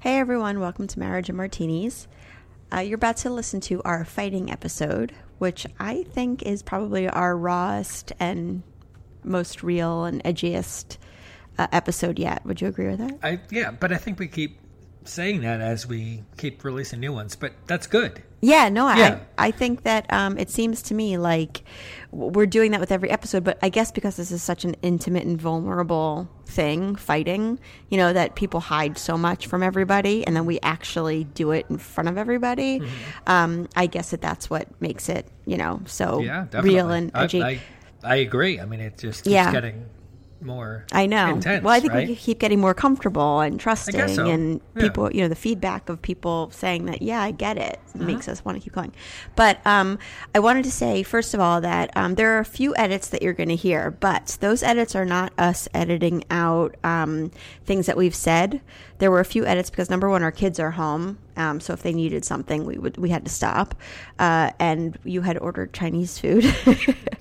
Hey everyone, welcome to Marriage and Martinis. Uh, you're about to listen to our fighting episode, which I think is probably our rawest and most real and edgiest uh, episode yet. Would you agree with that? I yeah, but I think we keep saying that as we keep releasing new ones, but that's good. Yeah, no, Yeah. I, I think that um, it seems to me like w- we're doing that with every episode, but I guess because this is such an intimate and vulnerable thing, fighting, you know, that people hide so much from everybody, and then we actually do it in front of everybody. Mm-hmm. Um, I guess that that's what makes it, you know, so Yeah, definitely. real and I, edgy. I, I agree. I mean, it just keeps Yeah. getting more. I know. Intense, well, I think right? we keep getting more comfortable and trusting, so. and Yeah. people, you know, the feedback of people saying that, yeah, I get it, Uh-huh. makes us want to keep going. But um, I wanted to say, first of all, that um, there are a few edits that you're going to hear, but those edits are not us editing out um, things that we've said. There were a few edits because number one, our kids are home. Um, so if they needed something, we would we had to stop. Uh, and you had ordered Chinese food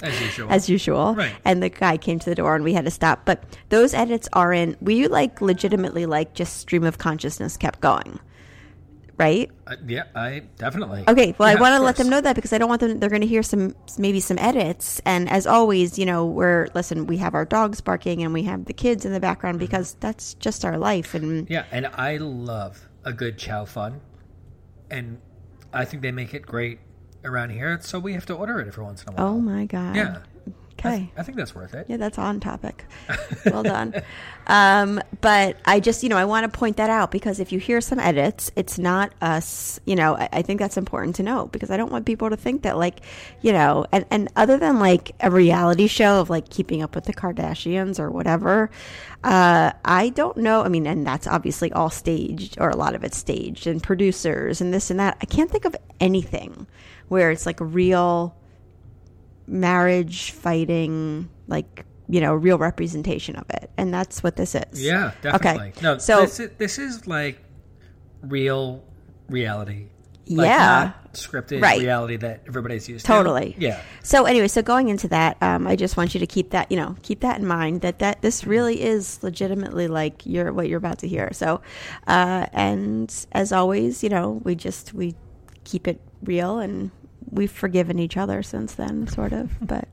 as usual. as usual. Right. And the guy came to the door and we had to stop. But those edits are in, we like legitimately like just stream of consciousness kept going. Right? Uh, yeah, I definitely. Okay. Well, Yeah, I want to of let them course. know that because I don't want them, they're going to hear some, maybe some edits. And as always, you know, we're, listen, we have our dogs barking and we have the kids in the Mm-hmm. background because that's just our life. And Yeah, and I love a good chow fun, and I think they make it great around here. So we have to order it every once in a while. oh my God. yeah. I, Okay. I think that's worth it. Yeah, that's on topic. Well done. um, but I just, you know, I want to point that out because if you hear some edits, it's not us, you know, I, I think that's important to know because I don't want people to think that, like, you know, and, and other than like a reality show of like keeping up with the Kardashians or whatever, uh, I don't know. I mean, and that's obviously all staged or a lot of it's staged and producers and this and that. I can't think of anything where it's like real marriage fighting like you know real representation of it and that's what this is Yeah, definitely. okay No, so this is, this is like real reality. Like Yeah. not scripted Right. reality that everybody's used totally to. Yeah. so anyway so going into that um, i just want you to keep that you know keep that in mind that that this really is legitimately like you're what you're about to hear so uh, and as always you know we just we keep it real and we've forgiven each other since then sort of but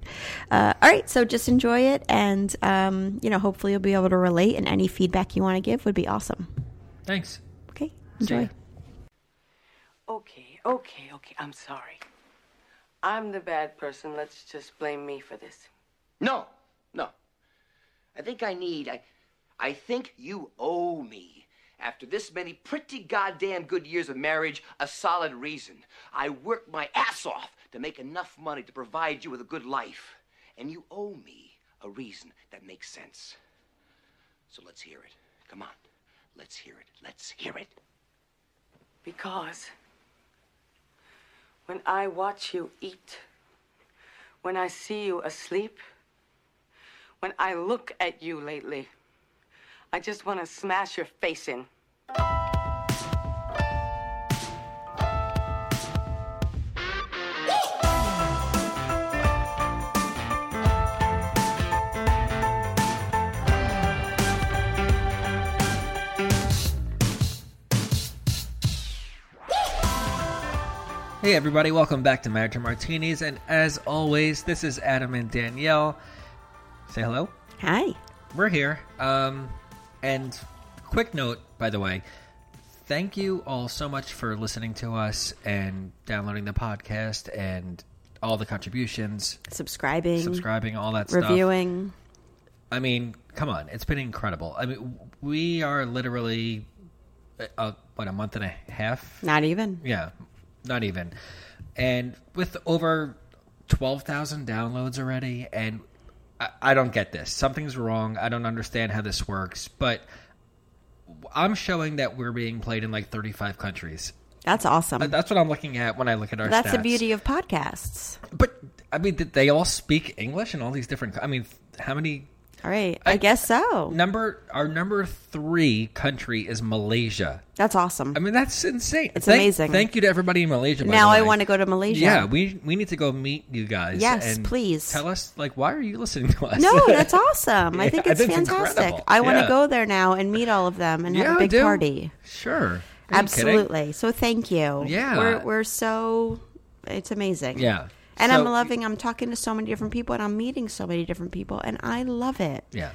uh, all right so just enjoy it and um, you know hopefully you'll be able to relate and any feedback you want to give would be awesome Thanks. okay See ya. enjoy Okay, okay, okay. I'm sorry. I'm the bad person. Let's just blame me for this. No, no. I think I need. I, I think you owe me. After this many pretty goddamn good years of marriage, a solid reason. I worked my ass off to make enough money to provide you with a good life. And you owe me a reason that makes sense. So let's hear it. Come on. Let's hear it. Let's hear it. Because when I watch you eat, when I see you asleep, when I look at you lately, I just want to smash your face in. Hey, everybody, welcome back to Marriage and Martinis. And as always, this is Adam and Danielle. Say hello. hi We're here. Um, and quick note, by the way, thank you all so much for listening to us and downloading the podcast and all the contributions, subscribing subscribing, all that stuff. reviewing I mean, come on, it's been incredible. I mean, w- we are literally uh, uh, what a month and a half. not even Yeah, not even. And with over twelve thousand downloads already, and I, I don't get this. Something's wrong. I don't understand how this works, but I'm showing that we're being played in like 35 countries. Uh, That's awesome. That's what I'm looking at when I look at our That's stats. the beauty of podcasts. But I mean, did they all speak English in all these different? I mean, how many All right. I, I- guess so. number? Our number three country is Malaysia. That's awesome. I mean, that's insane. It's Thank- amazing. Thank you to everybody in Malaysia. by now the I way. want to go to Malaysia. Yeah, we we need to go meet you guys. Yes, and please. Tell us like why are you listening to us? No, that's awesome. I Yeah, think it's that's fantastic. incredible. I want to Yeah. go there now and meet all of them and have Yeah, a big dude. party. Sure. Are you kidding? Absolutely. So thank you. Yeah. We're we're so it's amazing. Yeah. And So- I'm loving I'm talking to so many different people and I'm meeting so many different people and I love it. Yeah.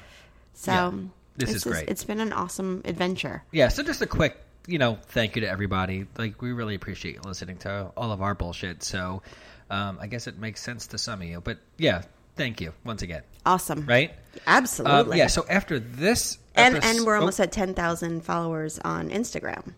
So Yeah. This it's is just- great. It's been an awesome adventure. Yeah, so just a quick, you know, thank you to everybody. Like, we really appreciate you listening to all of our bullshit. So, um, I guess it makes sense to some of you. But yeah, thank you once again. Awesome. Right? Absolutely. Um, yeah, so after this. And after and s- we're oh, almost at 10,000 followers on Instagram.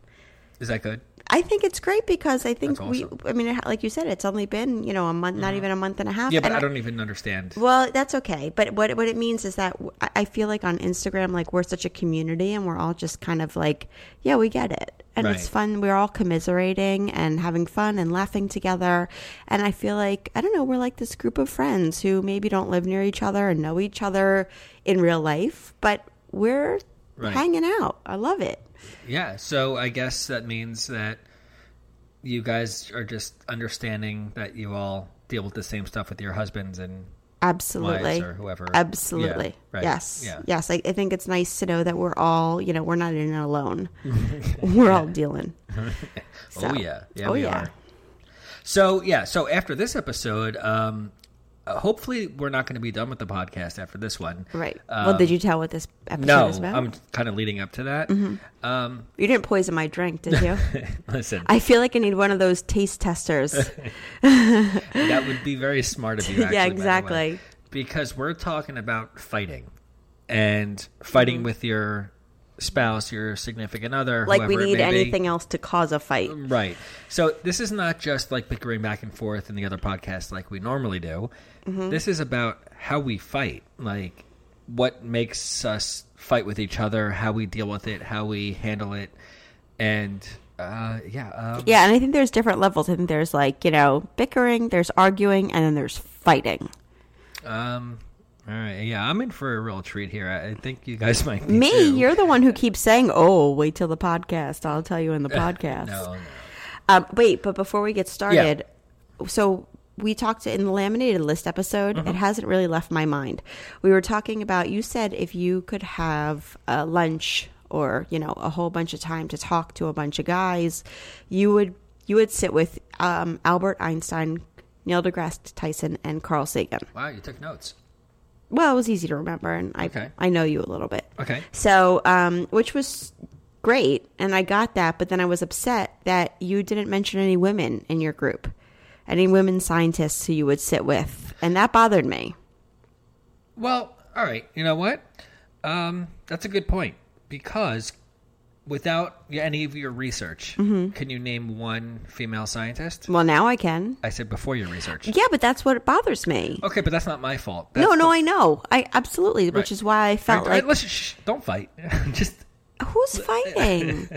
Is that good? I think it's great because I think That's we awesome. Mm-hmm. I mean it- like you said it's only been, you know, a month not even a month and a half. Yeah, but and I don't even understand. Well, that's okay. But what what it means is that w- I I feel like on Instagram, like we're such a community, and we're all just kind of like, yeah, we get it, and it's Right. fun. We're all commiserating and having fun and laughing together. And I feel like I don't know, we're like this group of friends who maybe don't live near each other and know each other in real life, but we're Right. hanging out. I love it. Yeah, so I guess that means that you guys are just understanding that you all deal with the same stuff with your husbands and Absolutely. wives or whoever. Absolutely. Yeah, right. Yes. Yeah. Yes. I, I think it's nice to know that we're all, you know, we're not in it alone. we're all dealing. Oh So- yeah, yeah, oh, we yeah. are. So yeah, so after this episode, um, uh, hopefully we're not going to be done with the podcast after this one, Right. Um, well, did you Mm-hmm. tell what this episode No, is about? I'm kind of leading up to that. Um, You didn't poison my drink, did you? listen, I feel like I need one of those taste testers. that would be very smart of you. Yeah, Actually, by the way. exactly. because we're talking about fighting and fighting Mm-hmm. with your spouse, your significant other, like we whoever it need may be. Um, anything else to cause a fight. Right. So this is not just like bickering back and forth in the other podcast like we normally do. Mm-hmm. This is about how we fight, like what makes us fight with each other, how we deal with it, how we handle it, and uh, yeah, um, Yeah, and I think there's different levels. I think there's like, you know, bickering, there's arguing, and then there's fighting. um, all right, yeah. I'm in for a real treat here. I, I think you guys might be Me, too. you're the one who keeps saying, "Oh, wait till the podcast. I'll tell you in the podcast." no, no. Um, wait, but before we get started, so we talked in the laminated list episode. Mm-hmm. It hasn't really left my mind. We were talking about you said if you could have uh, lunch or you know a whole bunch of time to talk to a bunch of guys, you would you would sit with um, Albert Einstein, Neil deGrasse Tyson, and Carl Sagan. Wow, you took notes. Well, it was easy to remember, and I Okay. I know you a little bit. Okay. So, um, which was great, and I got that, but then I was upset that you didn't mention any women in your group, any women scientists who you would sit with, and that bothered me. Well, all right. You know what? Um, that's a good point because without any of your research, Mm-hmm. can you name one female scientist? Well, now I can. I said before your research. Yeah, but that's what bothers me. Okay, but that's not my fault. That's no, no, the- I know. I absolutely, which Right. is why I All felt right, all right, like let's shh, don't fight. Just who's fighting?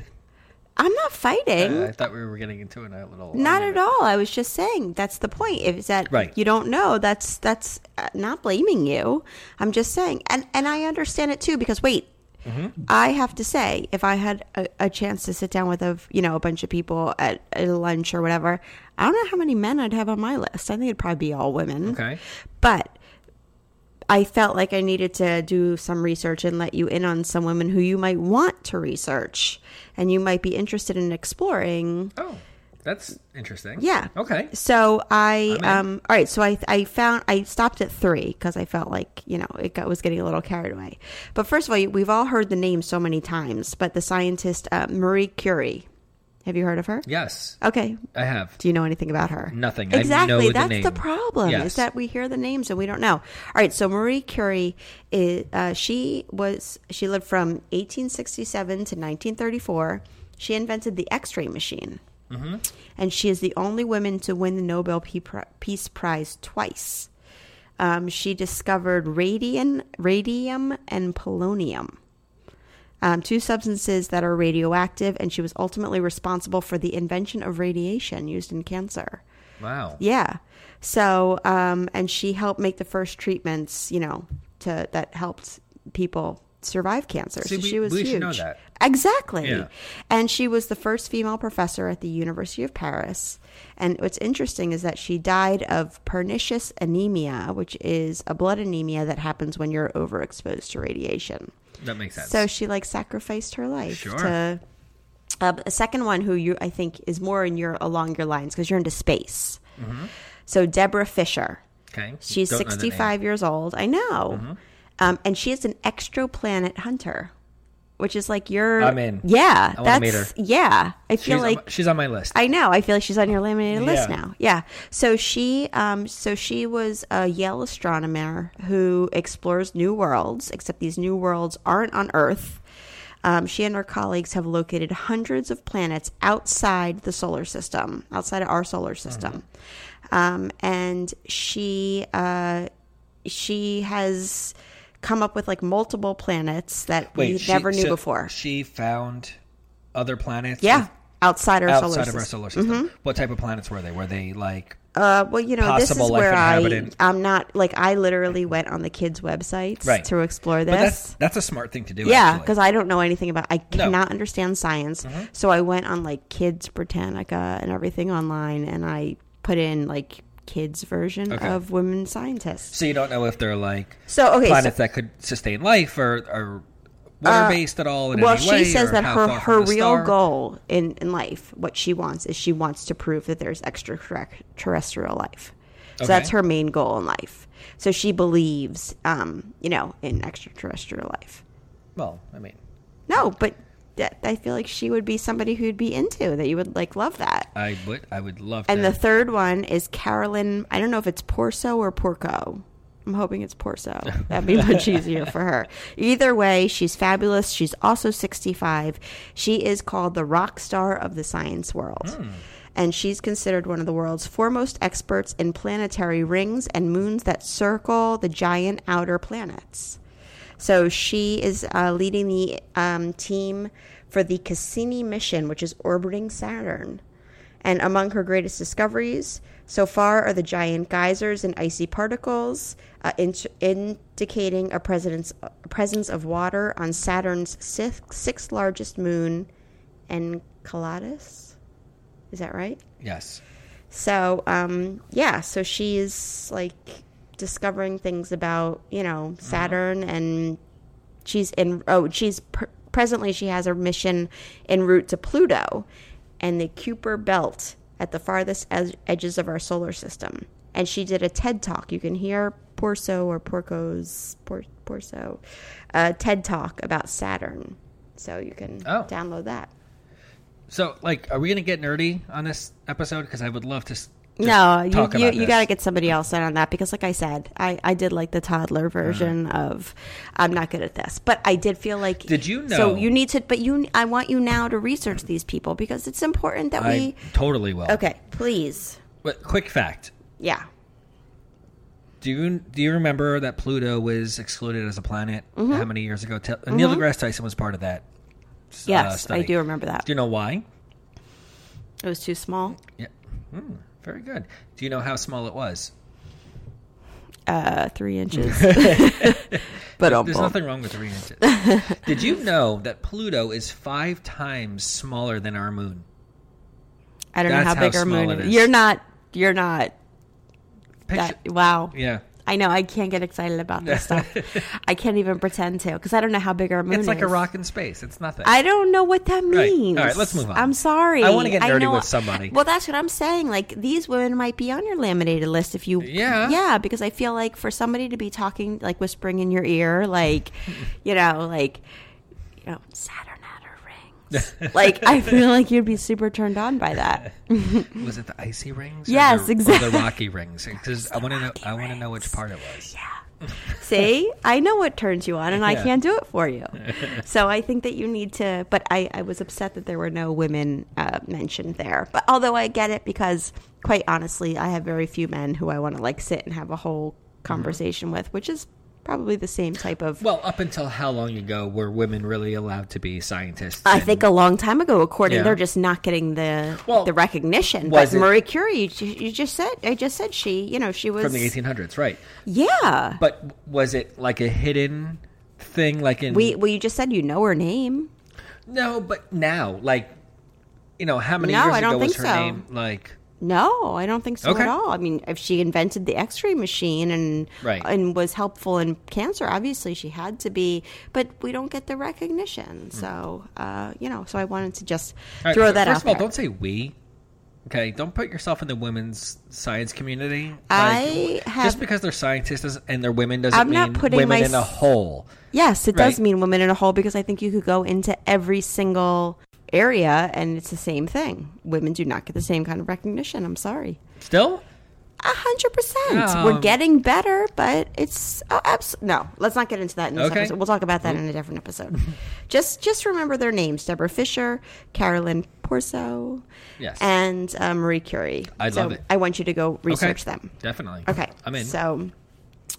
I'm not fighting. I thought we were getting into it a little. Not at all. I was just saying that's the point. Is that Right. you don't know? That's that's uh, not blaming you. I'm just saying, and and I understand it too because wait, Mm-hmm. I have to say, if I had a, a chance to sit down with a you know a bunch of people at, at lunch or whatever, I don't know how many men I'd have on my list. I think it'd probably be all women. Okay. but. I felt like I needed to do some research and let you in on some women who you might want to research and you might be interested in exploring. Oh, that's interesting. Yeah. Okay. So I I'm in. um all right. So I I found I stopped at three because I felt like you know it got, was getting a little carried away. But first of all, we've all heard the name so many times. But the scientist uh, Marie Curie, have you heard of her? Yes, Okay. I have. Do you know anything about her? Nothing. I Exactly. know the That's name. the problem Yes. is that we hear the names and we don't know. All right. So Marie Curie is uh, she was she lived from 1867 to 1934. She invented the X-ray machine, Mm-hmm. and she is the only woman to win the Nobel Pe- Pri- Peace Prize twice. um, she discovered radium, radium and polonium, um, two substances that are radioactive, and she was ultimately responsible for the invention of radiation used in cancer. Wow. Yeah. So, um, and she helped make the first treatments, you know, to that helped people survive cancer. See, so we- she was we huge. should know that. Exactly. Yeah. And she was the first female professor at the University of Paris. And what's interesting is that she died of pernicious anemia, which is a blood anemia that happens when you're overexposed to radiation. That makes sense. So she like sacrificed her life Sure. to um, a second one who you I think is more in your along your lines because you're into space. So Deborah Fisher, okay. she's Mm-hmm. Don't know the name. Mm-hmm. 65 years old. I know, um, and she is an extraplanet hunter, which is like your. I'm in. Yeah, I wanna that's meet yeah. I She's, feel like on, she's on my list. I know. I feel like she's on your laminated list Yeah. now. Yeah. So she, um, so she was a Yale astronomer who explores new worlds. Except these new worlds aren't on Earth. Um, she and her colleagues have located hundreds of planets outside the solar system, outside of our solar system, um, and she uh, she has come up with like multiple planets that we she- never knew so before. She found other planets. yeah, outside our solar Mm-hmm. Outside of system. our solar system. What type of planets were they? Were they like Uh, well, you know, this is possible life where I, inhabitant. I'm not like I literally went on the kids' websites right to explore But that's this. that's a smart thing to do. Yeah, actually. Mm-hmm. because I don't know anything about. I cannot understand science, so I went on like Kids Britannica and everything online, and I put in like kids version Okay. of women scientists. so you don't know if they're like So, okay, so- Uh, planets that could sustain life or or water based at all. In Well, any she way, says or that how her far from her the real star. goal in in life, what she wants is she wants to prove that there's extraterrestrial life. So that's Okay. her main goal in life. So she believes, um, you know, in extraterrestrial life. Well, I mean, No, but that, I feel like she would be somebody who'd be into that. You would like love that. I would I would love. And to, the third one is Carolyn. I don't know if it's Porso or Porco. I'm hoping it's Porso. That'd be much easier for her. Either way, she's fabulous. She's also 65. She is called the rock star of the science world. And she's considered one of the world's foremost experts in planetary rings and moons that circle the giant outer planets. So she is uh, leading the um, team for the Cassini mission, which is orbiting Saturn. And among her greatest discoveries so far are the giant geysers and icy particles, uh, in- indicating a presence, presence of water on Saturn's sixth, sixth largest moon, Enceladus. Is that right? yes, So, um, yeah, so she's like discovering things about, you know, Saturn and she's in, oh, she's pr- presently, she has a mission en route to Pluto and the Kuiper Belt at the farthest ed- edges of our solar system. And she did a TED talk. You can hear Porso or Porco's, Por- Porso, uh, TED talk about Saturn. So you can Oh. download that. So, like, are we gonna get nerdy on this episode? Because I would love to. s- just No, you talk you, about you this. got to get somebody else in on that because, like I said, I, I did like the Uh-huh. toddler version of I'm not good at this, but I did feel like Did you know- So you need to, but you I want you now to research these people because it's important that I we. totally will. Okay, please, But quick fact: yeah, Uh, Do you do you remember that Pluto was excluded as a planet? Mm-hmm. How many years ago? Te- Neil deGrasse Tyson was part of that. s- yes, I study. do remember that. Do you know why? It was too small. Yeah. Hmm, very good. Do you know how small it was? Uh, three inches. but um, There's nothing wrong with three inches. Did you know that Pluto is five times smaller than our moon? I don't know that's how how big our small moon. it is. is. You're not. You're not. Picture- That, wow. yeah. I know. I can't get excited about this stuff. I can't even pretend to because I don't know how big our moon It's like a is. rock in space. It's nothing. I don't know what that right. means. All right, let's move on. I'm sorry. I wanna get nerdy know- with somebody. Well, that's what I'm saying. Like these women might be on your laminated list if you. Yeah. Yeah, because I feel like for somebody to be talking like whispering in your ear, like, you know, like, you know, Saturn had her rings. like I feel like you'd be super turned on by that. Was it the icy rings? or Yes, the- or exactly. the rocky rings. Because I want to know. I want to know which part it was. See, I know what turns you on, and I Yeah. can't do it for you. so I think that you need to. But I, I was upset that there were no women uh, mentioned there. But although I get it because, quite honestly, I have very few men who I want to like sit and have a whole conversation with, which is probably the same type of. Mm-hmm. Well, up until how long ago were women really allowed to be scientists? I think a long time ago, according, Yeah. they're just not getting the Well, the recognition. But was it- Marie Curie, you, you just said, I just said she, you know, she was from the 1800s, right? Yeah, But was it like a hidden thing? Like in we well, you just said you know her name. no, but now, like you know, how many No, years I don't ago was her think so. name? Like No, I don't think so Okay. at all. I mean, if she invented the X-ray machine and Right. and was helpful in cancer, obviously she had to be. But we don't get the recognition, so uh, you know. So I wanted to just Hmm. All right, throw fir- that first out of all, there. don't say we. Okay, don't put yourself in the women's science community. Like, I just have- because they're scientists does- and they're women doesn't I'm mean not putting women my in a s- hole. Yes, it does Right. mean women in a whole because I think you could go into every single area and it's the same thing. Women do not get the same kind of recognition. I'm sorry. Still, A hundred percent. Um, We're getting better, but it's oh, abs- no. Let's not get into that in this Okay. episode. We'll talk about that in a different episode. just just remember their names: Deborah Fisher, Carolyn Porso, Yes. and uh, Marie Curie. I so love it. I want you to go okay, research them. Definitely. Okay. I'm in. So,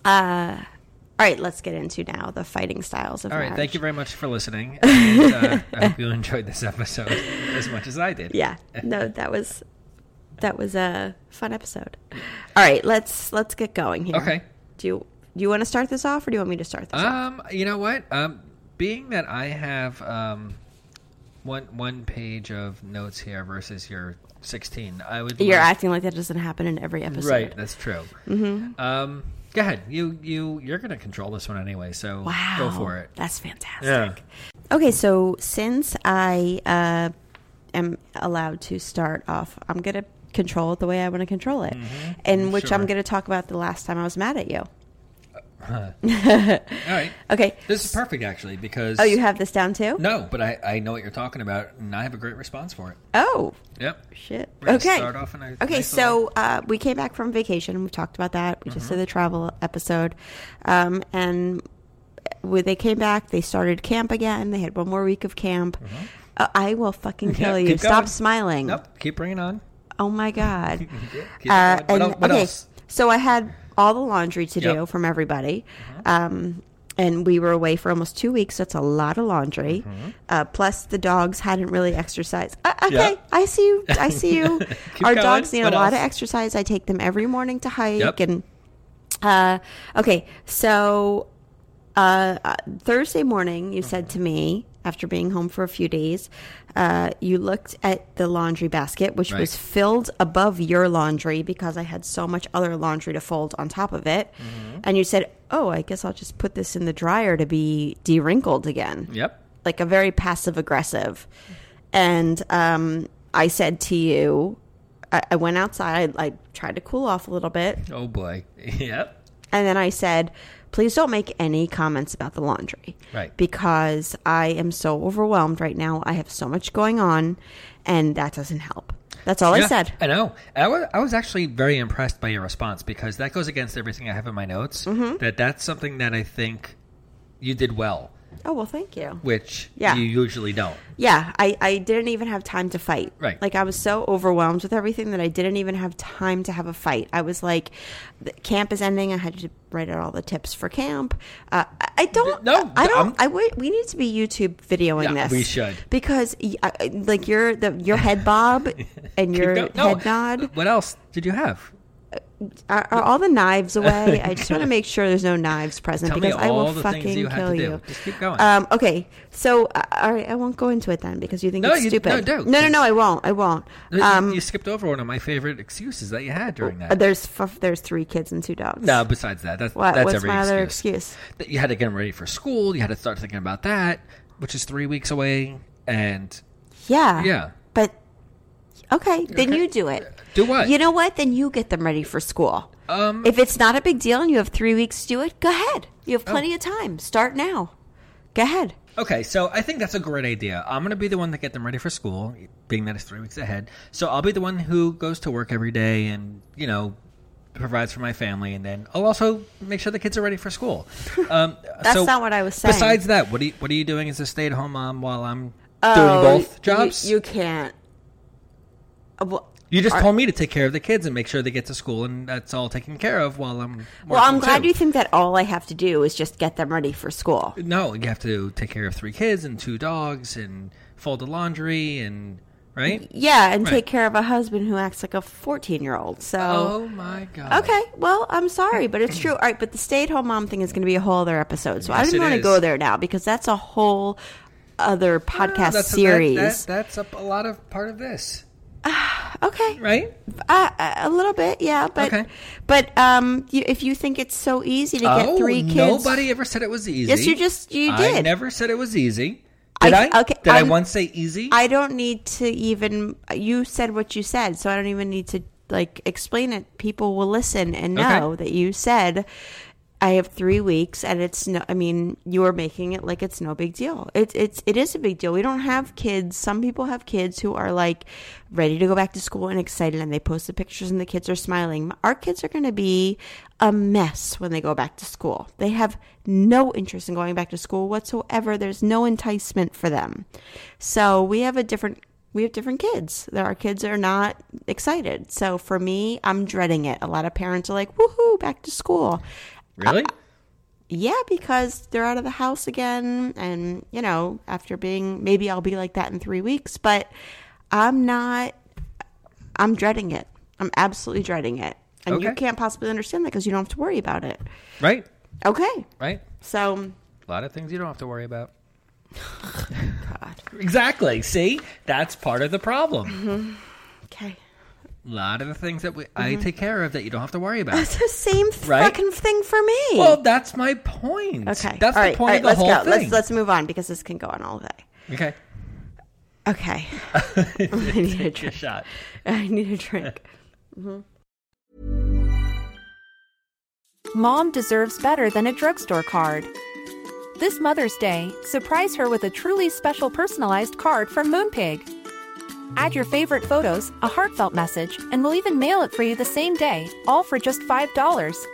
uh, all right, let's get into now the fighting styles of All right. marriage. Thank you very much for listening. And, uh, I hope you enjoyed this episode as much as I did. yeah no that was that was a fun episode all right let's let's get going here Okay. do you do you want to start this off or do you want me to start this off Um, you know what? Um, being that I have um, one one page of notes here versus your sixteen, I would. you're like- acting like that doesn't happen in every episode Right, that's true. Mm-hmm. Um, go ahead. You you you're gonna control this one anyway, so wow go for it. that's fantastic Yeah. okay so since i uh am allowed to start off i'm gonna control it the way i want to control it and which i'm Mm-hmm. Sure. gonna talk about the last time i was mad at you All right. okay This is perfect actually because oh you have this down too no, but I I know what you're talking about, and I have a great response for it. oh Yep. Shit. We're gonna okay. start off in a okay. nice So uh, we came back from vacation. We talked about that. We Mm-hmm. just did the travel episode, um, and when they came back, they started camp again. They had one more week of camp. Uh, I will fucking kill Mm-hmm. Yeah, you. keep Stop going. smiling. Nope. Keep bringing on. Oh my god. Keep uh, going. and Mm-hmm. What el- what okay. else? So I had all the laundry to do Yep. Uh-huh. from everybody. Um, and we were away for almost two weeks. That's a lot of laundry. Uh, plus, the dogs hadn't really exercised. Uh, okay, Mm-hmm. Yeah. I see you. I see you. Keep Our going. dogs need What a lot of else? exercise. I take them every morning to hike. Yep. And uh, okay, so uh, uh, Thursday morning, you said Mm-hmm. to me after being home for a few days, uh, you looked at the laundry basket, which Right. was filled above your laundry because I had so much other laundry to fold on top of it. Mm-hmm. And you said, Oh, I guess I'll just put this in the dryer to be de wrinkled again. Yep. Like a very passive aggressive. And um, I said to you, I, I went outside, I tried to cool off a little bit. Oh boy. Yep. And then I said, please don't make any comments about the laundry. Right. Because I am so overwhelmed right now. I have so much going on, and that doesn't help. That's all I Yeah, said. I know. I was, I was actually very impressed by your response because that goes against everything I have in my notes. Mm-hmm. That that's something that I think you did well, Oh, well, thank you. which Yeah. you usually don't. Yeah, I, I didn't even have time to fight. Right. Like, I was so overwhelmed with everything that I didn't even have time to have a fight. I was like, the camp is ending. I had to write out all the tips for camp. Uh, I- I don't. No, I don't. I'm- I wait, we need to be YouTube videoing Yeah, this. we should. because y- I- I- like your the your head bob and your Keep go- head nod Uh, What else did you have? are, are all the knives away. I just want to make sure there's no knives present Tell me because I will all the things fucking you had to kill do. you. Just keep going. Um, okay, so uh, all right, I won't go into it then because you think No, it's you- stupid. no, do, no, no, 'cause- no, I won't. I won't. You- Um, you skipped over one of my favorite excuses that you had during uh, that. there's f- there's three kids and two dogs. no, besides that, that's What- that's what's every my excuse. other excuse? That you had to get them ready for school. You had to start thinking about that, which is three weeks away. And Yeah. Yeah. But okay, then you do it. Do what? You know what? Then you get them ready for school. Um, if it's not a big deal and you have three weeks to do it, go ahead. You oh. have plenty of time. Start now. Go ahead. Okay, so I think that's a great idea. I'm going to be the one that get them ready for school, being that it's three weeks ahead. So I'll be the one who goes to work every day and you know provides for my family, and then I'll also make sure the kids are ready for school. Um, That's not what I was saying. Besides that, what are you, what are you doing as a stay at home mom while I'm Oh, doing both you- jobs? You, can't. Uh, well, You just told me to take care of the kids and make sure they get to school, and that's all taken care of while I'm. Working Well, I'm glad too. you think that all I have to do is just get them ready for school. No, you have to take care of three kids and two dogs and fold the laundry and right. Yeah, and Right. take care of a husband who acts like a 14 year old. So. Oh my god. Okay, well, I'm sorry, but it's true. All right, but the stay at home mom thing is going to be a whole other episode. So I Yes, didn't it want to is. go there now because that's a whole other Oh, podcast that's series. that- that- that's a, a lot of part of this, okay. right? Uh, uh, a little bit, yeah, but Okay. but um, you, if you think it's so easy to get three kids, Oh, nobody ever said it was easy. Yes, you just- you I did. never said it was easy. I- Did I? okay, Did i I'm- once say easy? I don't need to even. You said what you said, so I don't even need to like explain it. People will listen and Okay. know that you said. I have three weeks, and it's no. I mean, you are making it like it's no big deal. It's it's it is a big deal. We don't have kids. Some people have kids who are like ready to go back to school and excited, and they post the pictures, and the kids are smiling. Our kids are going to be a mess when they go back to school. They have no interest in going back to school whatsoever. There's no enticement for them. So we have a different we have different kids. There are kids that are not excited. So for me, I'm dreading it. A lot of parents are like, "Woohoo, back to school." really? Yeah, because they're out of the house again and, you know, after being maybe I'll be like that in 3 weeks, but I'm not I'm dreading it. I'm absolutely dreading it. And you Okay. can't possibly understand that because you don't have to worry about it. right. Okay. Right. So, A lot of things you don't have to worry about. Exactly. See, that's part of the problem. Mm-hmm. okay. A lot of the things that we, Mm-hmm. I take care of that you don't have to worry about. It's the same th- Right? fucking thing for me. well, that's my point. okay. That's All the right. point All right, of the let's whole go. thing. Let's let's move on because this can go on all day. Okay. Okay. I need a Good drink. shot. I need a drink. Mom deserves better than a drugstore card. This Mother's Day, surprise her with a truly special personalized card from Moonpig. Add your favorite photos, a heartfelt message, and we'll even mail it for you the same day, all for just $5.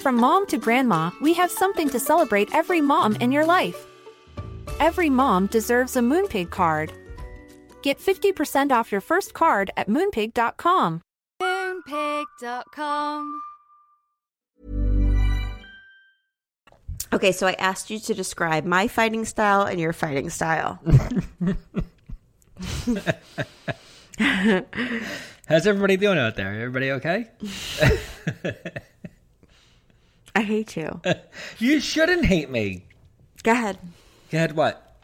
From mom to grandma, we have something to celebrate every mom in your life. Every mom deserves a Moonpig card. Get 50% off your first card at moonpig.com. Moonpig.com. Okay, so I asked you to describe my fighting style and your fighting style. How's everybody doing out there? Everybody okay? I hate you. You shouldn't hate me. Go ahead. You had what?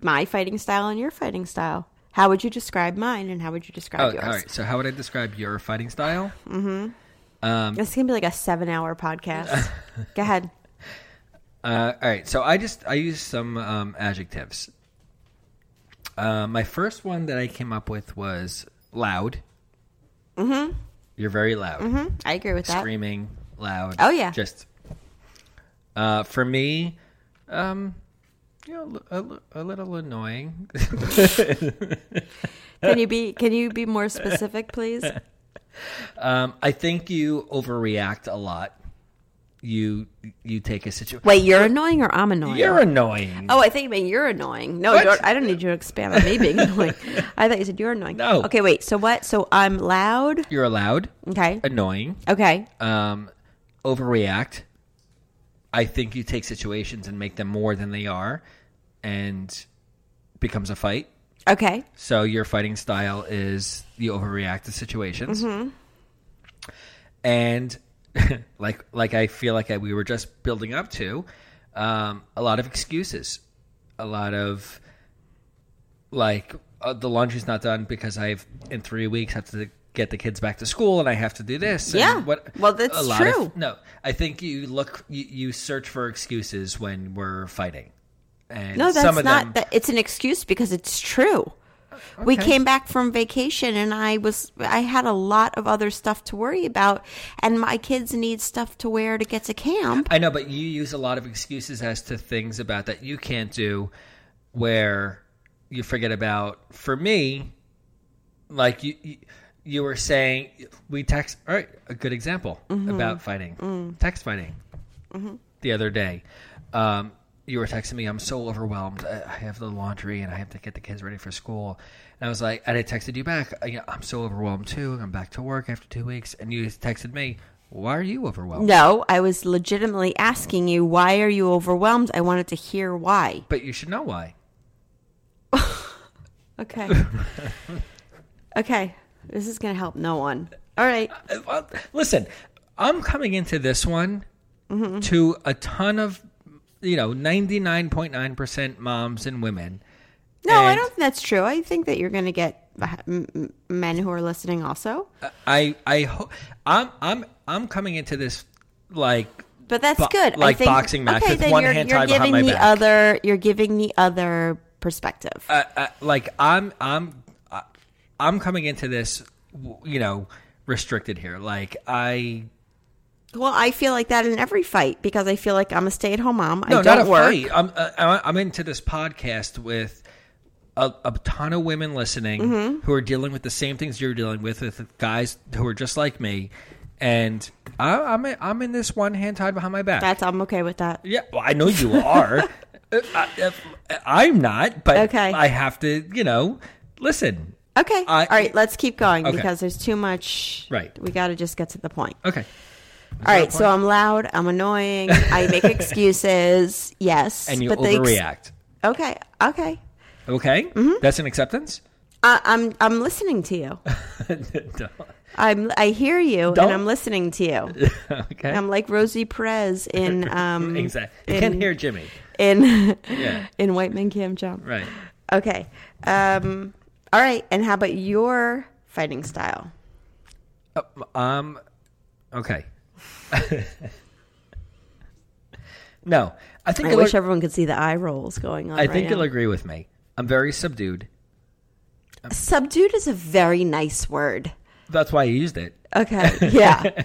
My fighting style and your fighting style. How would you describe mine and how would you describe Oh, yours? all right. So, how would I describe your fighting style? um, This is going to be like a seven hour podcast. Go ahead. Uh, all right. So, I just I used some um, adjectives. Uh, my first one that I came up with was loud. Mm-hmm. You're very loud, I agree with Mm-hmm. that. screaming, loud. Oh, yeah. Just uh, for me, um, you know, a, li- a little annoying. Can you be can you be more specific, please? Um, I think you overreact a lot. You you take a situation. Wait, you're annoying or I'm annoying? You're annoying. Oh, I think you mean you're annoying. No, What? don't, I don't need you to expand on me being annoying. I thought you said you're annoying. No. Okay, wait. So what? So I'm loud. You're allowed. Okay. Annoying. Okay. Um, overreact. I think you take situations and make them more than they are, and becomes a fight. Okay. So your fighting style is you overreact to situations, Mm-hmm. and like like I feel like I, we were just building up to um, a lot of excuses, a lot of like uh, the laundry's not done because I've in three weeks have to get the kids back to school and I have to do this. and Yeah. Well, that's a lot of- true. no, I think you look you, you search for excuses when we're fighting. And No, that's some of not. them, that, it's an excuse because it's true. We came back from vacation, and I was I had a lot of other stuff to worry about, and my kids need stuff to wear to get to camp. I know, but you use a lot of excuses as to things about that you can't do where you forget about. For me, like you, you, you were saying, we text, all right, a good example about fighting, text fighting the other day. Um, you were texting me, I'm so overwhelmed. I I have the laundry and I have to get the kids ready for school. And I was like, and I texted you back, I- yeah, I'm so overwhelmed too. I'm back to work after two weeks. And you texted me, why are you overwhelmed? No, I was legitimately asking you, why are you overwhelmed? I wanted to hear why. But you should know why. Okay. okay. This is going to help no one. All right. Uh, well, Listen, I'm coming into this one Mm-hmm. to a ton of, you know, 99.9% moms and women. No, I And- don't think that's true. I think that you're going to get uh, m- m- men who are listening also. I I ho- I'm I'm I'm coming into this like But that's bo- good. Like I think, boxing match okay, with then one you're, hand you're tied giving behind my the back. other. You're giving the other perspective. uh, uh, like I'm I'm uh, I'm coming into this w- you know restricted here. Like I well, I feel like that in every fight because I feel like I'm a stay-at-home mom. no I don't not a work. fight. I'm uh, I'm into this podcast with. A, a ton of women listening Mm-hmm. who are dealing with the same things you're dealing with, with guys who are just like me, and I, I'm i I'm in this one hand tied behind my back. That's I'm okay with that. Yeah, well, I know you are. Uh, I, am not, but Okay. I have to, you know, listen. Okay. I- All right. Let's keep going Okay. because there's too much. Right. We got to just get to the point. Okay. All right. So I'm loud. I'm annoying. I make excuses. Yes. And you the ex- overreact. okay. Okay. Okay? Mm-hmm. That's an acceptance? I, I'm I'm listening to you. I'm I hear you Don't- and I'm listening to you. okay. I'm like Rosie Perez in um exactly. You in- can't hear Jimmy. in Yeah. in White Men Can't Jump. Right. Okay. Um. All right. And how about your fighting style? Uh, um, okay. no. I think I you'll wish ag- everyone could see the eye rolls going on. I right think now. you'll agree with me. I'm very subdued. subdued is a very nice word. That's why I used it. Okay. Yeah. Oh.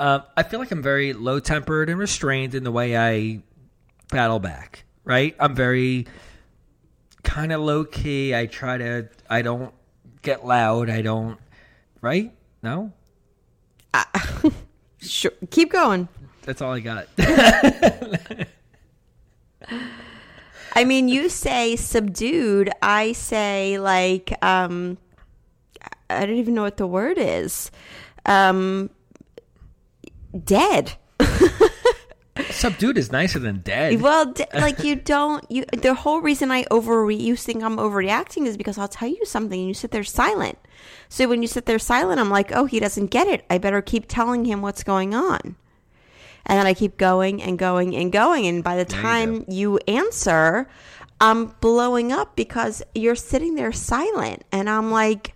Um, I feel like I'm very low tempered and restrained in the way I battle back. Right? I'm very kind of low key. I try to. I don't get loud. I don't. Right? No, sure. Keep going. that's all I got. I mean, you say subdued. I say like um, I don't even know what the word is. Um, dead. Subdued is nicer than dead. Well, d- like you don't you. The whole reason I overre you think I'm overreacting is because I'll tell you something and you sit there silent. So when you sit there silent, I'm like, oh, he doesn't get it. I better keep telling him what's going on. And then I keep going and going and going. And by the you time you, answer, I'm blowing up because you're sitting there silent. And I'm like,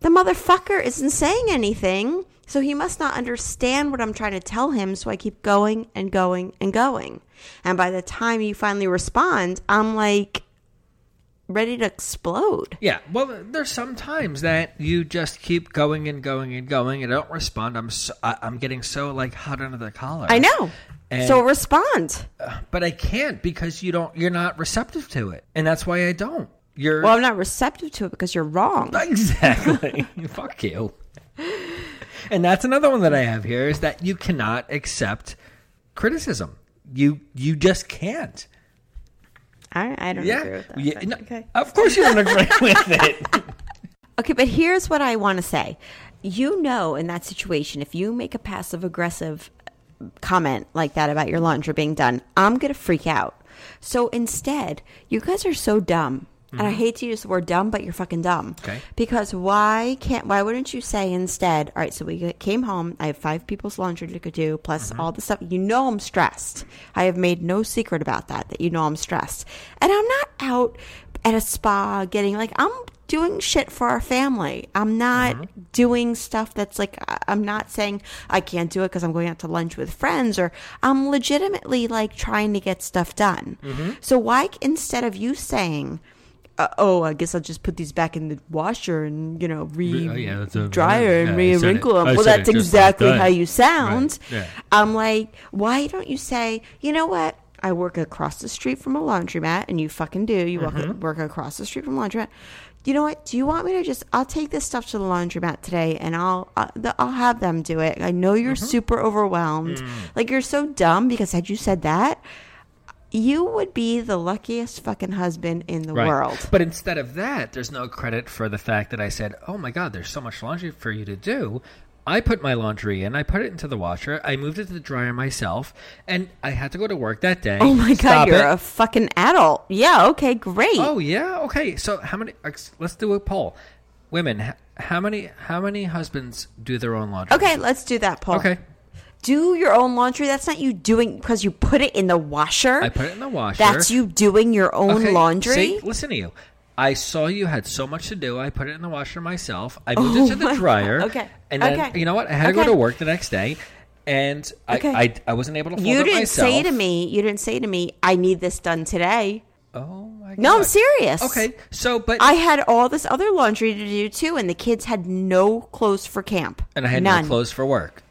the motherfucker isn't saying anything. So he must not understand what I'm trying to tell him. So I keep going and going and going. And by the time you finally respond, I'm like ready to explode. Yeah. Well, there's some times that you just keep going and going and going and don't respond. I'm so, I, I'm getting so like hot under the collar. I know. And- so respond. but I can't because you don't. You're not receptive to it, and that's why I don't. You're Well, I'm not receptive to it because you're wrong. Exactly. Fuck you. And that's another one that I have here is that you cannot accept criticism. You you just can't. I, I don't agree Yeah. with that. Yeah, but no, okay. Of course you don't agree with it. Okay, but here's what I want to say. You know, in that situation, if you make a passive aggressive comment like that about your laundry being done, I'm going to freak out. So instead, you guys are so dumb. And I hate to use the word dumb, but you're fucking dumb. Okay. Because why can't why wouldn't you say instead? All right, so we came home. I have five people's laundry to go do, plus all the stuff. You know I'm stressed. I have made no secret about that. That you know I'm stressed, and I'm not out at a spa getting like I'm doing shit for our family. I'm not doing stuff that's like I- I'm not saying I can't do it because I'm going out to lunch with friends, or I'm legitimately like trying to get stuff done. So why c- instead of you saying uh, oh, I guess I'll just put these back in the washer and you know re oh, yeah, that's a- dryer yeah, and I re said wrinkle it. them. I Well, said that's it just like exactly that. how you sound. Right, yeah. I'm like, why don't you say, you know what? I work across the street from a laundromat, and you fucking do. You walk, Mm-hmm. work across the street from a laundromat. You know what? Do you want me to just? I'll take this stuff to the laundromat today, and I'll uh, the, I'll have them do Mm-hmm. Mm. it. I know you're super overwhelmed. Like you're so dumb because had you said that, you would be the luckiest fucking husband in the world. But instead of that, there's no credit for the fact that I said, "Oh my God, there's so much laundry for you to do." I put my laundry in. I put it into the washer. I moved it to the dryer myself, and I had to go to work that day. Oh my god, Stop you're it. a fucking adult. Yeah, okay, great. Oh yeah. Okay. So how many? ex- Let's do a poll. Women, h- how many? How many husbands do their own laundry? Okay, let's do that poll. Okay. Do your own laundry. That's not you doing because you put it in the washer. I put it in the washer. That's you doing your own Okay, laundry. see, listen to you. I saw you had so much to do. I put it in the washer myself. I moved it to Oh my the God. dryer. Okay, And then okay, you know what? I had to go okay. to work the next day, and I Okay. I, I wasn't able to. Fold you it didn't myself. say to me. You didn't say to me. I need this done today. Oh my God. No, I'm serious. Okay. So, but I had all this other laundry to do too, and the kids had no clothes for camp. and I had none. no clothes for work.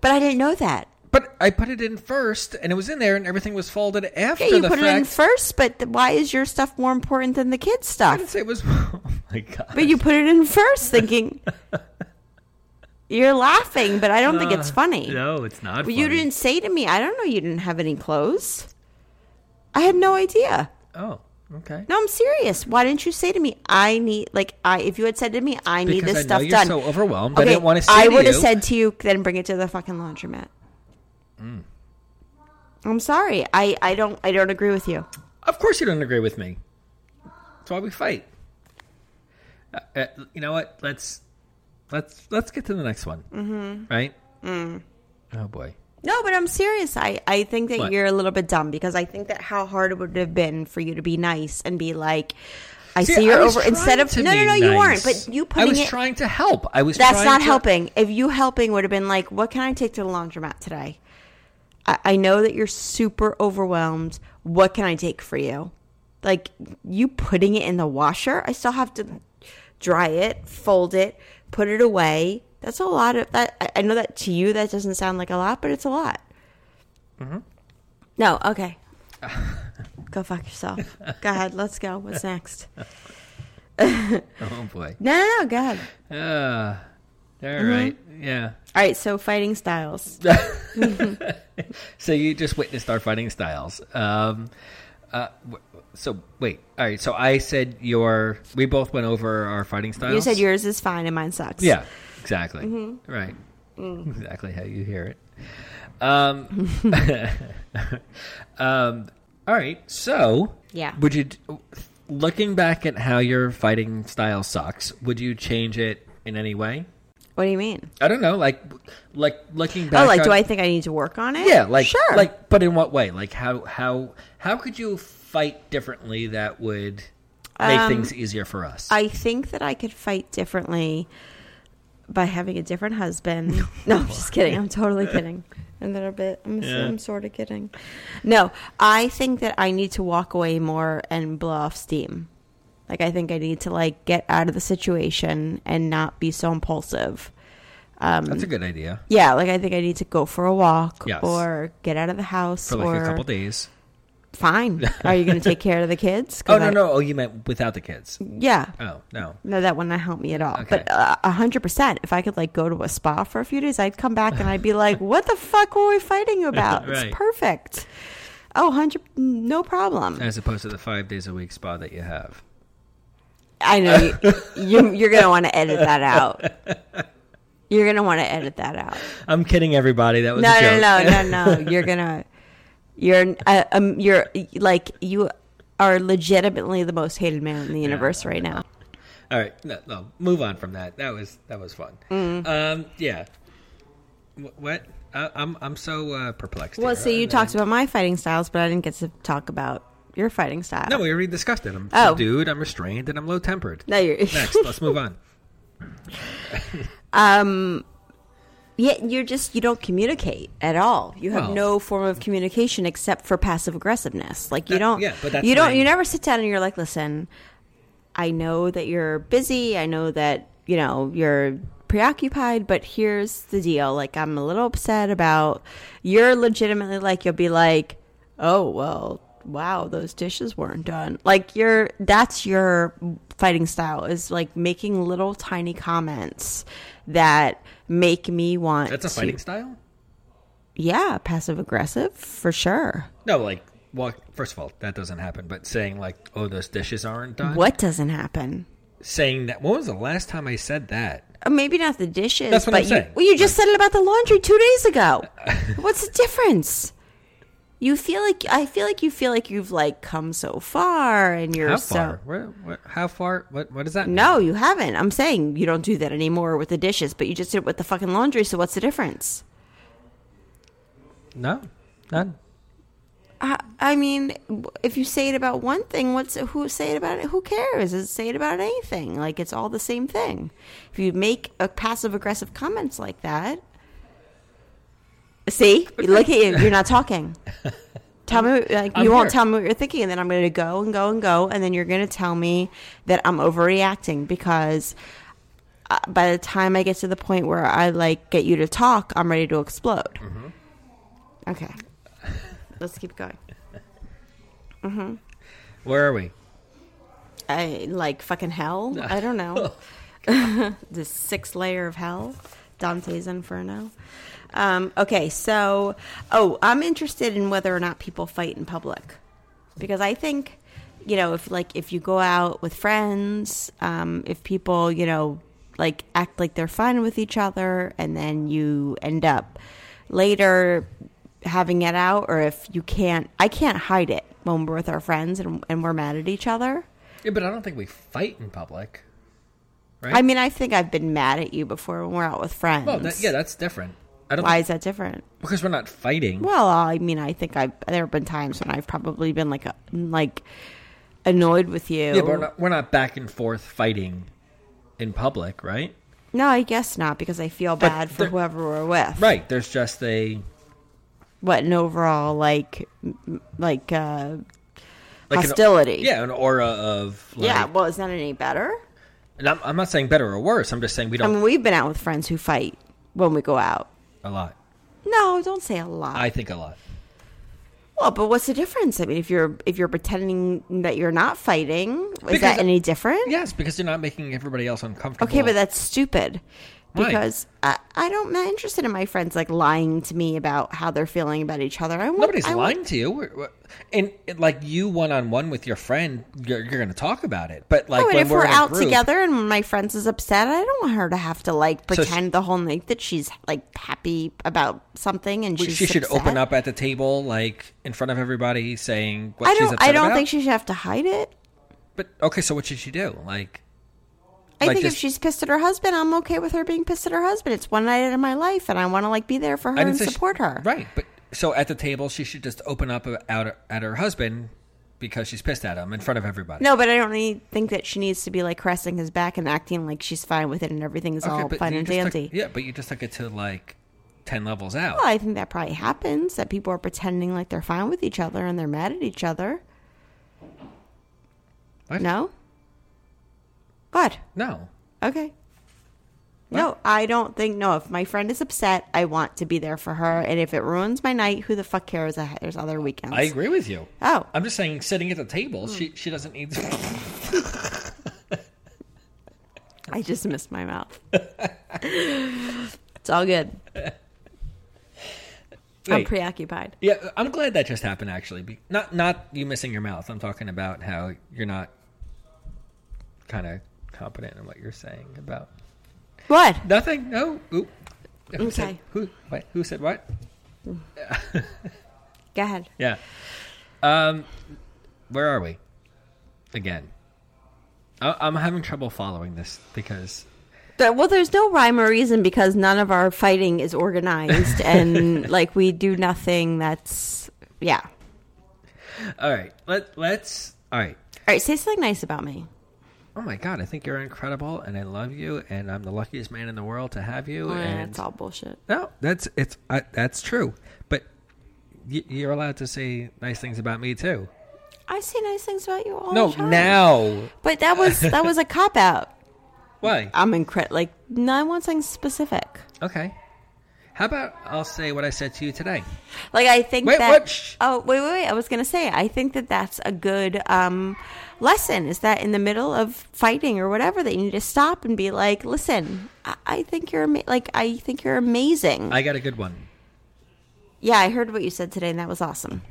But I didn't know that. But I put it in first, and it was in there, and everything was folded after Yeah, you the put fact. it in first, but th- why is your stuff more important than the kids' I stuff? didn't say it was. Oh my god! But you put it in first, thinking you're laughing, but I don't think it's funny. No, it's not. But you Ah, funny. didn't say to me, I don't know you didn't have any clothes. I had no idea. Oh, okay. No, I'm serious. Why didn't you say to me, I need, like, I, if you had said to me, I need Because this I know stuff you're done. so overwhelmed, I didn't wanna say I to would have you- said to you, then bring it to the fucking laundromat. Mm. I'm sorry. I, I don't, I don't agree with you. Of course, you don't agree with me. That's why we fight. Uh, uh, you know what? Let's let's let's get to the next one. Mm-hmm. Right? Mm. Oh boy. No, but I'm serious. I, I think that What? you're a little bit dumb because I think that how hard it would have been for you to be nice and be like, I see, I you're was over. Instead trying of to no, no, be no, you weren't. nice. But you I putting was it. trying to help. I was. that's trying not to- helping. If you helping would have been like, what can I take to the laundromat today? I, I know that you're super overwhelmed. What can I take for you? Like you putting it in the washer. I still have to dry it, fold it, put it away. That's a lot of that. I- I know that to you that doesn't sound like a lot, but it's a lot. Mm-hmm. No, okay. go fuck yourself. Go ahead. Let's go. What's next? Oh boy. No, no, no. Go ahead. Uh, all Mm-hmm. right. Yeah. All right. So fighting styles. So you just witnessed our fighting styles. Um, uh, w- so wait. All right. So I said your. We both went over our fighting styles. You said yours is fine and mine sucks. Yeah, exactly. Mm-hmm. Right. Mm. Exactly how you hear it. Um, um, all right. So, Yeah. Would you, looking back at how your fighting style sucks, would you change it in any way? What do you mean? I don't know. Like, like looking back. Oh, like, do on- I think I need to work on it? Yeah. Like, sure. Like, but in what way? Like, how how how could you fight differently that would make things easier for us? Um, I think that I could fight differently by having a different husband. no, I'm just kidding. I'm totally kidding. A little bit. I'm, s- I'm sort of kidding. No, I think that I need to walk away more and blow off steam. Like, I think I need to like get out of the situation and not be so impulsive. That's a good idea. Yeah, like I think I need to go for a walk Yes. or get out of the house For like or a couple days. fine. Are you going to take care of the kids? Oh 'Cause no I- no! Oh, you meant without the kids. Yeah. Oh no. No, that wouldn't help me at all. Okay. But uh, a hundred percent, if I could like go to a spa for a few days, I'd come back and I'd be like, "What the fuck were we fighting about? Right. It's perfect." Oh, hundred, no problem. As opposed to the five days a week spa that you have. I know you, you, you're gonna want to edit that out. You're gonna want to edit that out. I'm kidding, everybody. That was No, a no, joke. no, no, no. You're gonna, you're, uh, um, you're like you are legitimately the most hated man in the universe right now. All right, no, no. Move on from that. That was that was fun. Mm. Um, yeah. Wh- What? I, I'm I'm so uh, perplexed. Well, here. so you I- talked about my fighting styles, but I didn't get to talk about your fighting style. No, we already discussed it. I'm Oh. subdued. I'm restrained, and I'm low tempered. No, you're Next, let's move on. yeah, you're just you don't communicate at all. You have Well- no form of communication except for passive aggressiveness. Like you That- don't, yeah, but that's you don't, my- you never sit down and you're like, listen, I know that you're busy. I know that you know you're preoccupied, but here's the deal. Like I'm a little upset about. You're legitimately like you'll be like, oh well, wow, those dishes weren't done. Like you're that's your fighting style is like making little tiny comments that make me want That's a to- fighting style. yeah, passive aggressive for sure. No, like well, first of all, that doesn't happen. But saying like, "Oh, those dishes aren't done." What doesn't happen? Saying that. When was the last time I said that? Uh, Maybe not the dishes. That's what but I'm you, saying. Well, you just said it about the laundry two days ago. What's the difference? You feel like I feel like you feel like you've like come so far, and you're How so far? Where, what, how far? What? What is that? mean? No, you haven't. I'm saying you don't do that anymore with the dishes, but you just did it with the fucking laundry. So what's the difference? no, none. I, I mean, w- if you say it about one thing, what's who say it about it? Who cares? Is it say it about anything? Like it's all the same thing. If you make a passive aggressive comments like that, see, look at you. You're not talking. Tell me, like, I'm you won't here. tell me what you're thinking, and then I'm going to go and go and go, and then you're going to tell me that I'm overreacting because uh, by the time I get to the point where I like get you to talk, I'm ready to explode. Mm-hmm. Okay, let's keep going. Where are we? I like fucking hell. I don't know. the sixth layer of hell, Dante's Inferno. Um, okay, so oh, I'm interested in whether or not people fight in public because I think you know if like if you go out with friends, um, if people you know like act like they're fine with each other, and then you end up later having it out, or if you can't, I can't hide it when we're with our friends and, and we're mad at each other. Yeah, but I don't think we fight in public. Right? I mean, I think I've been mad at you before when we're out with friends. well, that, yeah, that's different. I don't Why think- is that different? because we're not fighting. Well, I mean, I think I've there have been times when I've probably been like uh, like annoyed with you. yeah, but we're not, we're not back and forth fighting in public, right? No, I guess not because I feel But bad for there- whoever we're with. Right. There's just a What an overall like m- like uh like an- hostility. yeah, an aura of like, yeah. Well, is that any better? And I'm, I'm not saying better or worse. I'm just saying we I don't mean, we've been out with friends who fight when we go out. a lot. No, don't say a lot. I think a lot. well, but what's the difference? I mean, if you're if you're pretending that you're not fighting, is Because- uh, that any different? Yes, because you're not making everybody else uncomfortable. Okay, but that's stupid Why? because I, I don't, I'm not interested in my friends like lying to me about how they're feeling about each other. I want, nobody's I want- lying to you. We're, we're- and, and, like you one on one with your friend, you're, you're going to talk about it. But like Oh, and when if we're, we're, in a out group- together and my friends is upset, I don't want her to have to like she- pretend the whole night that she's like happy about something and we- she's she should upset. open up at the table, like in front of everybody, saying what I she's don't. upset I don't about. think she should have to hide it. But okay, so what should she do? Like, I Like think if just- she's pissed at her husband, I'm okay with her being pissed at her husband. It's one night in my life, and I want to like be there for her I didn't and say she- support her. right? But so at the table, she should just open up out at her husband because she's pissed at him in front of everybody. No, but I don't really think that she needs to be like caressing his back and acting like she's fine with it and everything's Okay, all but fun you and just took- dandy. yeah, but you just took it to like ten levels out. Well, I think that probably happens that people are pretending like they're fine with each other and they're mad at each other. What? No? What? No. Okay. No, I don't think. No, if my friend is upset, I want to be there for her. And if it ruins my night, who the fuck cares? I- There's other weekends. I agree with you. Oh. I'm just saying, sitting at the table, she she doesn't need. To, I just missed my mouth. it's all good. I'm Wait. preoccupied. yeah, I'm glad that just happened. Actually, Be- not not you missing your mouth. I'm talking about how you're not kind of competent in what you're saying about What? nothing. No. Oop. Who Said, Okay. who what? Who said what? Go ahead. Yeah. Um, where are we? Again, I- I'm having trouble following this because There- Well, there's no rhyme or reason because none of our fighting is organized and like we do nothing that's yeah. All all right, let let's all right. right, say something nice about me. Oh my god, I think you're incredible and I love you and I'm the luckiest man in the world to have you Uh, and It's all bullshit. No, that's it's I, that's true. But y- you're allowed to say nice things about me too. I say nice things about you all no, the time. now. But that was that was a cop out. Why? I'm incredible. Like no, I want something specific. Okay. How about I'll say what I said to you today? Like I think Wait, that. what? Shh. Oh wait, wait, wait! I was gonna say I think that that's a good um, lesson. Is that in the middle of fighting or whatever that you need to stop and be like, listen, I, I think you're ama- like I think you're amazing. I got a good one. yeah, I heard what you said today, and that was awesome.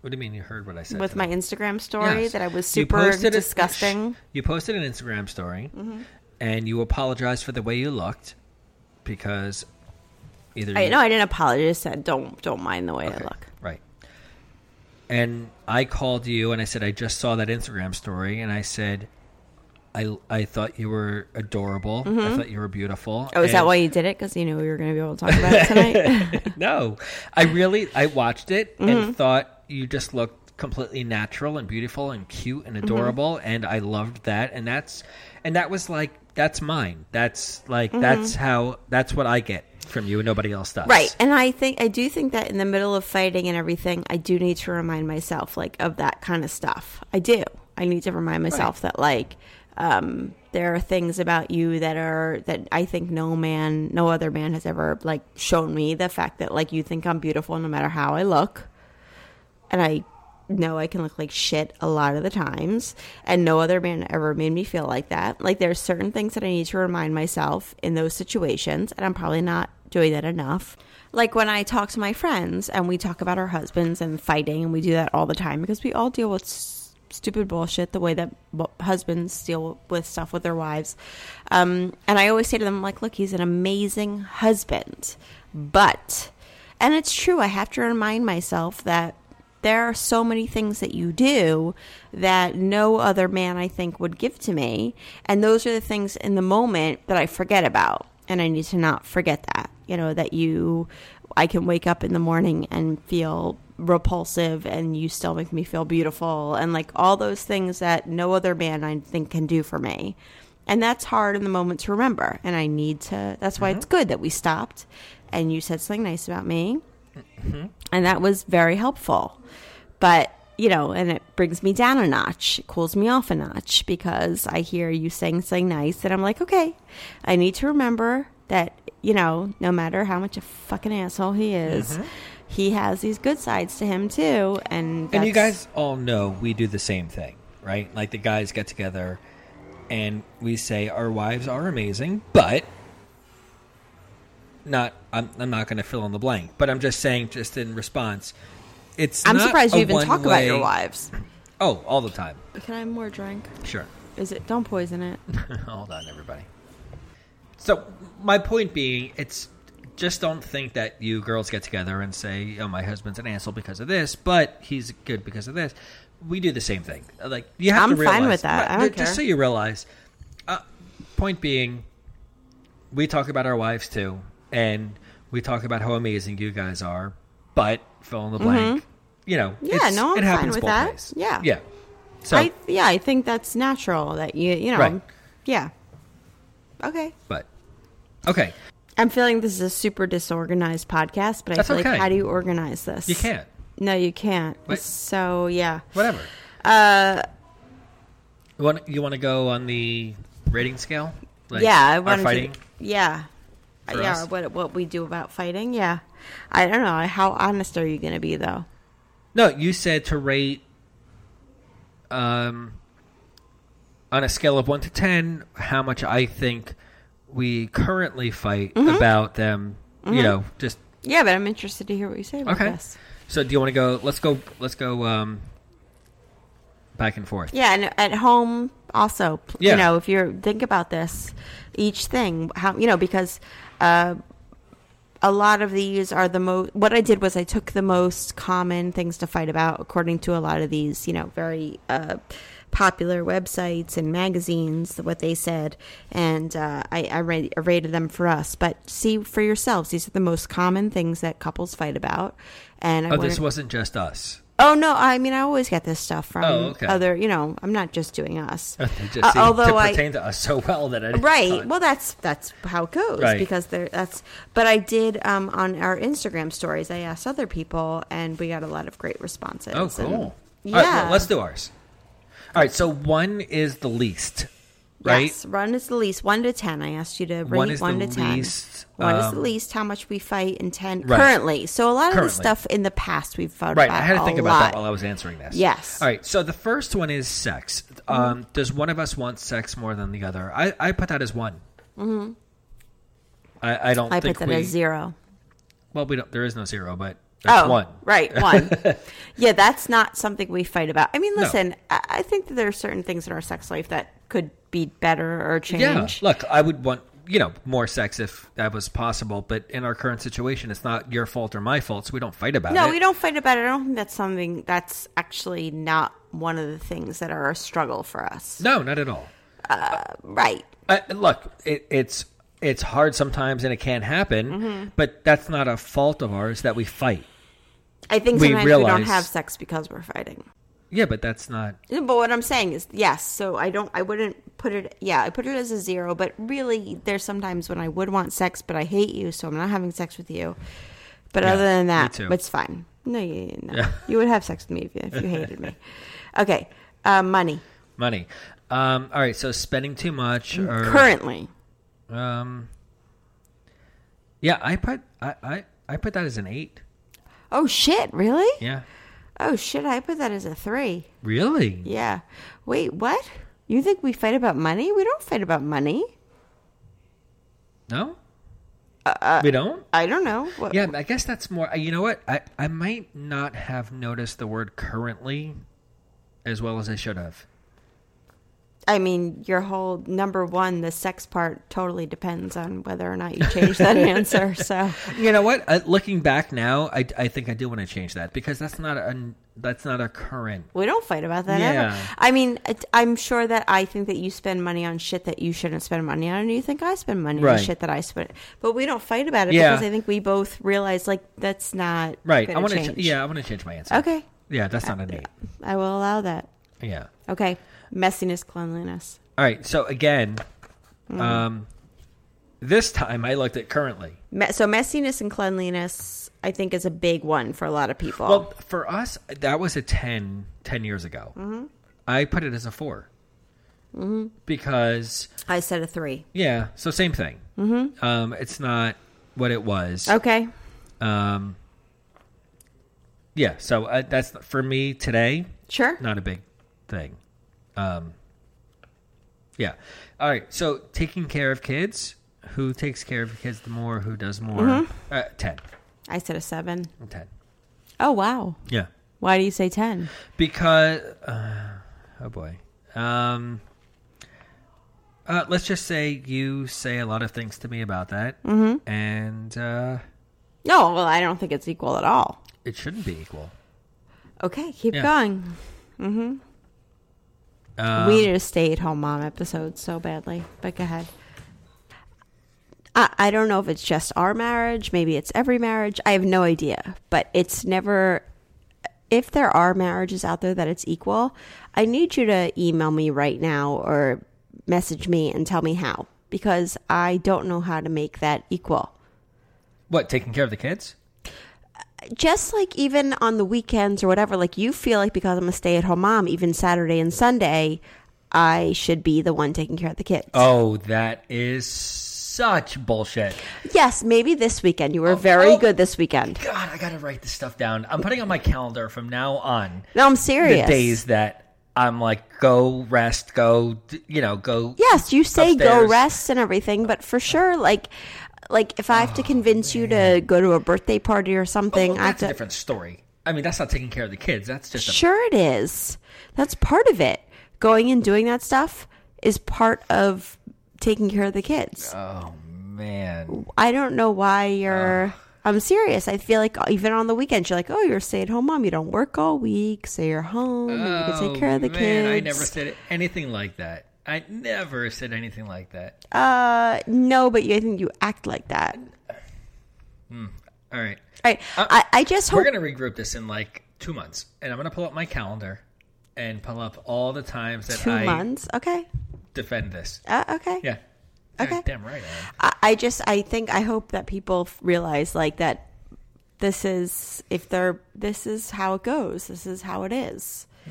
What do you mean you heard what I said? with today? my Instagram story Yes. that I was You super posted a- disgusting. Mm-hmm. sh- you posted an Instagram story, and you apologized for the way you looked because either I you- no, I didn't apologize. I just said don't don't mind the way I look. Right. And I called you and I said, I just saw that Instagram story. And I said, I, I thought you were adorable. I thought you were beautiful. Mm-hmm. Oh, is that And- why you did it? Because you knew we were going to be able to talk about it tonight. No. I really, I watched it Mm-hmm. and thought you just looked completely natural and beautiful and cute Mm-hmm. and adorable. And I loved that. And that's, and that was like, that's mine. That's like, Mm-hmm. that's how, that's what I get from you and nobody else does. right, and I think I do think that in the middle of fighting and everything, I do need to remind myself like of that kind of stuff. I do. I need to remind myself that like um, there are things about you that are that I think no man, no other man has ever like shown me the fact that like you think I'm beautiful no matter how I look. and I know I can look like shit a lot of the times, and no other man ever made me feel like that. Like there's certain things that I need to remind myself in those situations, and I'm probably not doing that enough. Like when I talk to my friends and we talk about our husbands and fighting, and we do that all the time because we all deal with s- stupid bullshit the way that bu- husbands deal with stuff with their wives. Um, and I always say to them, like, look, he's an amazing husband, but. And it's true. I have to remind myself that there are so many things that you do that no other man I think would give to me. And those are the things in the moment that I forget about. And I need to not forget that, you know, that you, I can wake up in the morning and feel repulsive and you still make me feel beautiful. And like all those things that no other man I think can do for me. And that's hard in the moment to remember. And I need to, that's why it's good that we stopped and you said something nice about me and that was very helpful. But you know, and it brings me down a notch, it cools me off a notch because I hear you saying something nice, and I'm like, okay, I need to remember that you know, no matter how much a fucking asshole he is, Mm-hmm. he has these good sides to him too, and And you that's- guys all know we do the same thing, right? Like the guys get together and we say our wives are amazing, but not I'm, I'm not going to fill in the blank, but I'm just saying just in response it's I'm not surprised a you even talk about your one-way- wives. Oh, all the time. Can I have more drink? Sure. Is it? Don't poison it. Hold on, everybody. So, my point being, it's just don't think that you girls get together and say, "Oh, my husband's an asshole because of this, but he's good because of this." We do the same thing. Like you have I'm to fine realize with that. I Right, don't just so care. you realize. Uh, point being, we talk about our wives too, and we talk about how amazing you guys are, but fill in the blank. You know, Mm-hmm. Yeah, it's- no, I'm it fine happens with both that. ways. Yeah. yeah. So, I yeah, I think that's natural that you you know, Right. yeah. Okay. but okay, I'm feeling this is a super disorganized podcast, but I That's feel okay. like how do you organize this? you can't. No, you can't. What? So yeah, Whatever. Uh, you want you want to go on the rating scale? Like, yeah. I our wanted fighting. to. Yeah, For yeah. us? What what we do about fighting? Yeah, I don't know. How honest are you going to be though? No, you said to rate um on a scale of one to ten how much I think we currently fight Mm-hmm. about them. You know, just Yeah, but I'm interested to hear what you say about okay. Mm-hmm. this. So do you want to go? Let's go. Let's go. Um, back and forth. Yeah, and at home also, p- Yeah. you know, if you're think about this, each thing, how you know, because uh, a lot of these are the most. What I did was I took the most common things to fight about, according to a lot of these, you know, very uh, popular websites and magazines, what they said, and uh, I, I, ra- I rated them for us. But see for yourselves; these are the most common things that couples fight about. And I Oh, this wanted- wasn't just us. Oh no! I mean, I always get this stuff from Oh, okay. other. You know, I'm not just doing us. It just Uh, seemed to although I pertain to us so well that I didn't right. Well, that's that's how it goes Right. because there. That's. But I did um, on our Instagram stories. I asked other people, and we got a lot of great responses. Oh, and- cool. yeah. All right, well, let's do ours. All right, so one is the least, right? Yes, one is the least. One to ten. I asked you to rate One one, is the to ten. least, one is the um, least. How much we fight in ten Right. currently? So a lot of the Currently. stuff in the past we've fought Right. about. I had to a think about lot. that while I was answering this. Yes. Mm-hmm. All right. So the first one is sex. Um, does one of us want sex more than the other? I, I put that as one. Mm-hmm. I, I don't. I think put that we, as zero. Well, we don't. There is no zero, but That's oh, one. Right, one. yeah, that's not something we fight about. I mean, listen, I I think that there are certain things in our sex life that could be better or change. Yeah. Look, I would want you know more sex if that was possible, but in our current situation, it's not your fault or my fault, so we don't fight about it. No, we don't fight about it. I don't think that's something that's actually not one of the things that are a struggle for us. No, not at all. Right. I, look, it, it's it's hard sometimes, and it can happen, but that's not a fault of ours that we fight. I think We sometimes we don't realize- have sex because we're fighting. Yeah, but that's not. Yeah, But what I'm saying is yes. So I don't. I wouldn't put it. Yeah, I put it as a zero. But really, there's sometimes when I would want sex, but I hate you, so I'm not having sex with you. But Yeah, other than me that, too. it's fine. No, you no. you would have sex with me if you, if you hated me. Okay, uh, money Money. Um, all right, so spending too much or currently. um, yeah, I put I, I I put that as an eight. Oh shit! Really? Yeah, Oh shit! I put that as a three. really? Yeah. Wait, what? You think we fight about money? We don't fight about money. No, we don't. I don't know. What, Yeah, I guess that's more. uh, You know what? I I might not have noticed the word currently as well as I should have. I mean, your whole number one, the sex part, totally depends on whether or not you change that answer. So, You know what? Uh, looking back now, I, I think I do want to change that because that's not a that's not a current. we don't fight about that Yeah. ever. I mean, it- I'm sure that I think that you spend money on shit that you shouldn't spend money on, and you think I spend money on Right. shit that I spend. But we don't fight about it Yeah. because I think we both realize, like, that's not Right. I gonna want to. change. yeah, I want to change my answer. Okay. Uh, Yeah, that's not an eight. I will allow that. Yeah. Okay. Messiness, cleanliness. All right. So again, Mm-hmm. um, this time I looked at currently. Me- so messiness and cleanliness, I think, is a big one for a lot of people. Well, for us, that was a 10, 10 years ago. Mm-hmm. I put it as a 4 because I said a three. yeah. So same thing. Mm-hmm. Um, it's not what it was. Okay. Um, yeah, so uh, that's for me today. Sure. Not a big thing. Um, yeah. All right. So taking care of kids. Who takes care of kids the more? Who does more? Uh, ten. I said a seven. Ten. Oh, wow. Yeah. Why do you say 10? Because uh, oh boy. Um, uh, let's just say you say a lot of things to me about that, and uh, No, well, I don't think it's equal at all. it shouldn't be equal. Okay, keep Yeah. going. Mm-hmm. Um, we need a stay at home mom episode so badly, but go ahead. I, I don't know if it's just our marriage. Maybe it's every marriage. I have no idea. But it's never, if there are marriages out there that it's equal, I need you to email me right now or message me and tell me how because I don't know how to make that equal. what taking care of the kids? just like even on the weekends or whatever, like you feel like because I'm a stay at home mom, even Saturday and Sunday, I should be the one taking care of the kids. Oh, that is such bullshit. Yes, maybe this weekend. You were very oh. good this weekend. God, I gotta write this stuff down. I'm putting on my calendar from now on No, I'm the serious. days that I'm like, go rest, go, d- you know, go. Yes, you say go Upstairs. rest and everything, but for sure, like, like if I have to convince you to go to a birthday party or something, Well, I have Oh, that's to. a different story. I mean, that's not taking care of the kids. That's just a, Sure, it is. That's part of it. Going and doing that stuff is part of taking care of the kids. oh man. I don't know Uh. why you're. I'm serious. I feel like even on the weekends, you're like, oh, you're a stay at home mom. You don't work all week, so you're home. and you can take care of the Oh, man, kids. I never said anything like that. I never said anything like that. uh, no, but you, I think you act like that. All right, All right. I, I just Uh, we're hope. gonna regroup this in like two months, and I'm gonna pull up my calendar and pull up all the times that Two I months. Okay. defend this. Uh, okay. Yeah. Okay. Damn right. I am. I, I just, I think, I hope that people f- realize like that this is, if they're, this is how it goes. This is how it is. Hmm.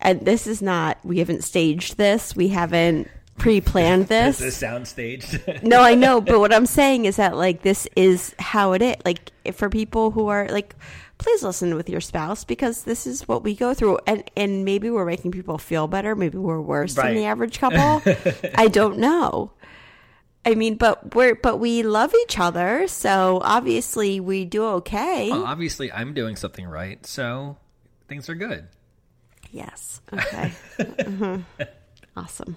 And this is not, we haven't staged this. We haven't pre planned this. This sound staged. No, I know, but what I'm saying is that like this is how it is. Like if- for people who are like, please listen with your spouse because this is what we go through, and and maybe we're making people feel better. Maybe we're worse than the Right. average couple. I don't know. I mean, but we're but we love each other, so obviously we do okay. Well, obviously, I'm doing something right, so things are good. Yes. Okay. Mhm. Awesome.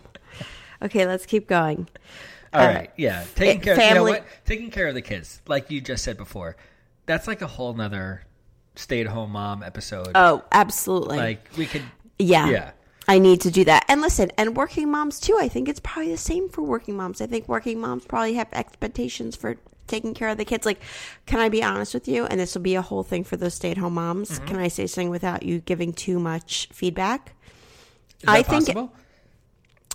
Okay, let's keep going. All Uh, right, yeah, taking it- care. You know family- what? Taking care of the kids, like you just said before, that's like a whole nother stay-at-home mom episode. Oh, absolutely. like we could, yeah. yeah. I need to do that. And listen, and working moms too. I think it's probably the same for working moms. I think working moms probably have expectations for taking care of the kids. Like, can I be honest with you? And this will be a whole thing for those stay-at-home moms. Mm-hmm. Can I say something without you giving too much feedback? Is that I think- possible?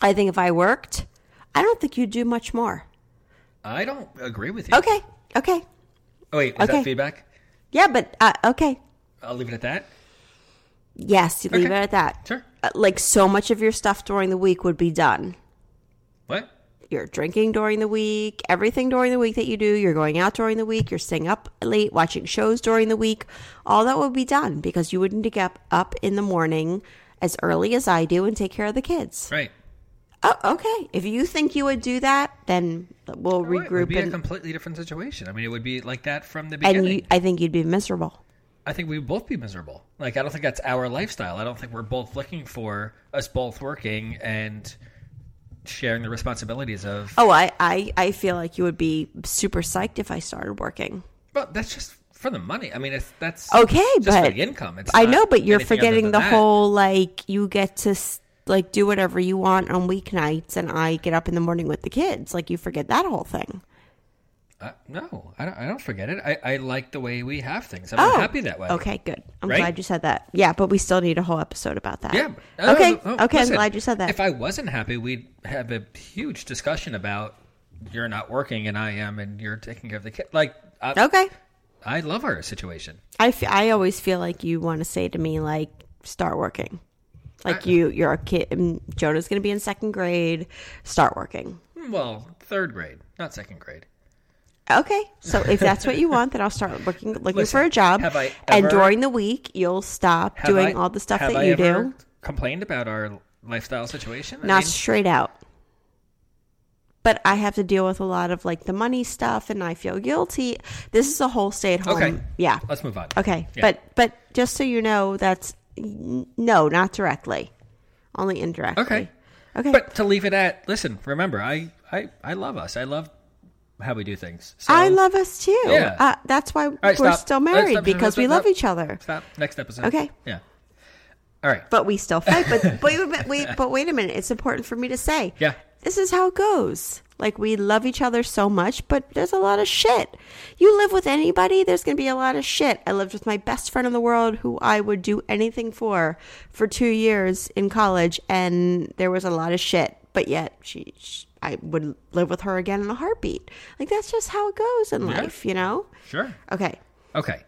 I think if I worked, I don't think you'd do much more. I don't agree with you. Okay. Okay. Oh, wait, is that okay. feedback? Yeah, but uh, okay. I'll leave it at that. Yes, you leave Okay. it at that. Sure. Uh, like so much of your stuff during the week would be done. What? You're drinking during the week, everything during the week that you do, you're going out during the week, you're staying up late, watching shows during the week. All that would be done because you wouldn't get up, up in the morning as early as I do and take care of the kids. Right. Oh, okay. If you think you would do that, then we'll Right, It would regroup be a and, completely different situation. I mean, it would be like that from the beginning. and you, I think you'd be miserable. I think we would both be miserable. Like, I don't think that's our lifestyle. I don't think we're both looking for us both working and sharing the responsibilities of. Oh, I, I, I feel like you would be super psyched if I started working. Well, that's just for the money. I mean, it's that's Okay, just but for the income. It's I not know, but you're anything other forgetting than the that. whole like you get to s- like do whatever you want on weeknights, and I get up in the morning with the kids. Like you forget that whole thing. Uh, no, I don't, I don't forget it. I, I like the way we have things. I'm happy that way. Oh, Okay, good. I'm Right? glad you said that. Yeah, but we still need a whole episode about that. Yeah. No, okay. no, no, okay. listen, I'm glad you said that. If I wasn't happy, we'd have a huge discussion about you're not working and I am, and you're taking care of the kid. Like, I, okay. I love our situation. I, f- I always feel like you want to say to me like start working. Like you, you're a kid. mm, Jonah's going to be in second grade. Start working. Well, third grade, not second grade. Okay, so if that's what you want, then I'll start looking looking Listen, for a job. have I and ever- during the week, you'll stop Have doing I- all the stuff have that I you ever do. Complained about our lifestyle situation. I Not mean, straight out. But I have to deal with a lot of like the money stuff, and I feel guilty. This is a whole stay at home. Okay. Yeah. let's move on. Okay. Yeah. But but just so you know, that's n- no, not directly, only indirectly. Okay. Okay. But to leave it at, listen, remember, I, I, I love us. I love how we do things. So, I love us too. uh, Yeah. Uh, that's why All right, we're stop. still All right, married stop, stop, because stop, we love stop. each other. Stop. Next episode. Okay. Yeah. All right. but we still fight. But but wait, a minute, wait, but wait a minute. It's important for me to say. Yeah. This is how it goes. Like we love each other so much, but there's a lot of shit. You live with anybody, there's gonna be a lot of shit. I lived with my best friend in the world, who I would do anything for, for two years in college, and there was a lot of shit. But yet she, sh I would live with her again in a heartbeat. Like that's just how it goes in Yeah. life, you know. Sure. Okay. Okay.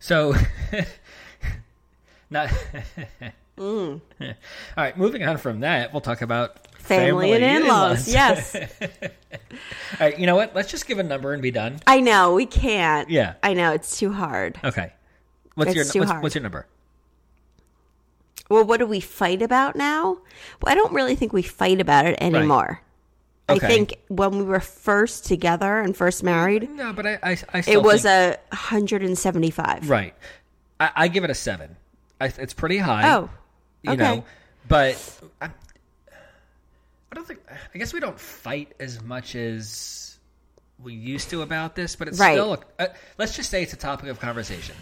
So, not. Mm. All right. Moving on from that, we'll talk about Family, and in-laws. Yes. All right. You know what? Let's just give a number and be done. I know we can't. Yeah. I know it's too hard. Okay. What's It's your too what's, hard. what's your number? Well, what do we fight about now? Well, I don't really think we fight about it anymore. Okay. I think when we were first together and first married, No, but I I, I still it was think- a 175. right. I, I give it a seven. I, it's pretty high. Oh, you okay. know but I, I don't think i guess we don't fight as much as we used to about this but it's Right. still a, uh, let's just say it's a topic of conversation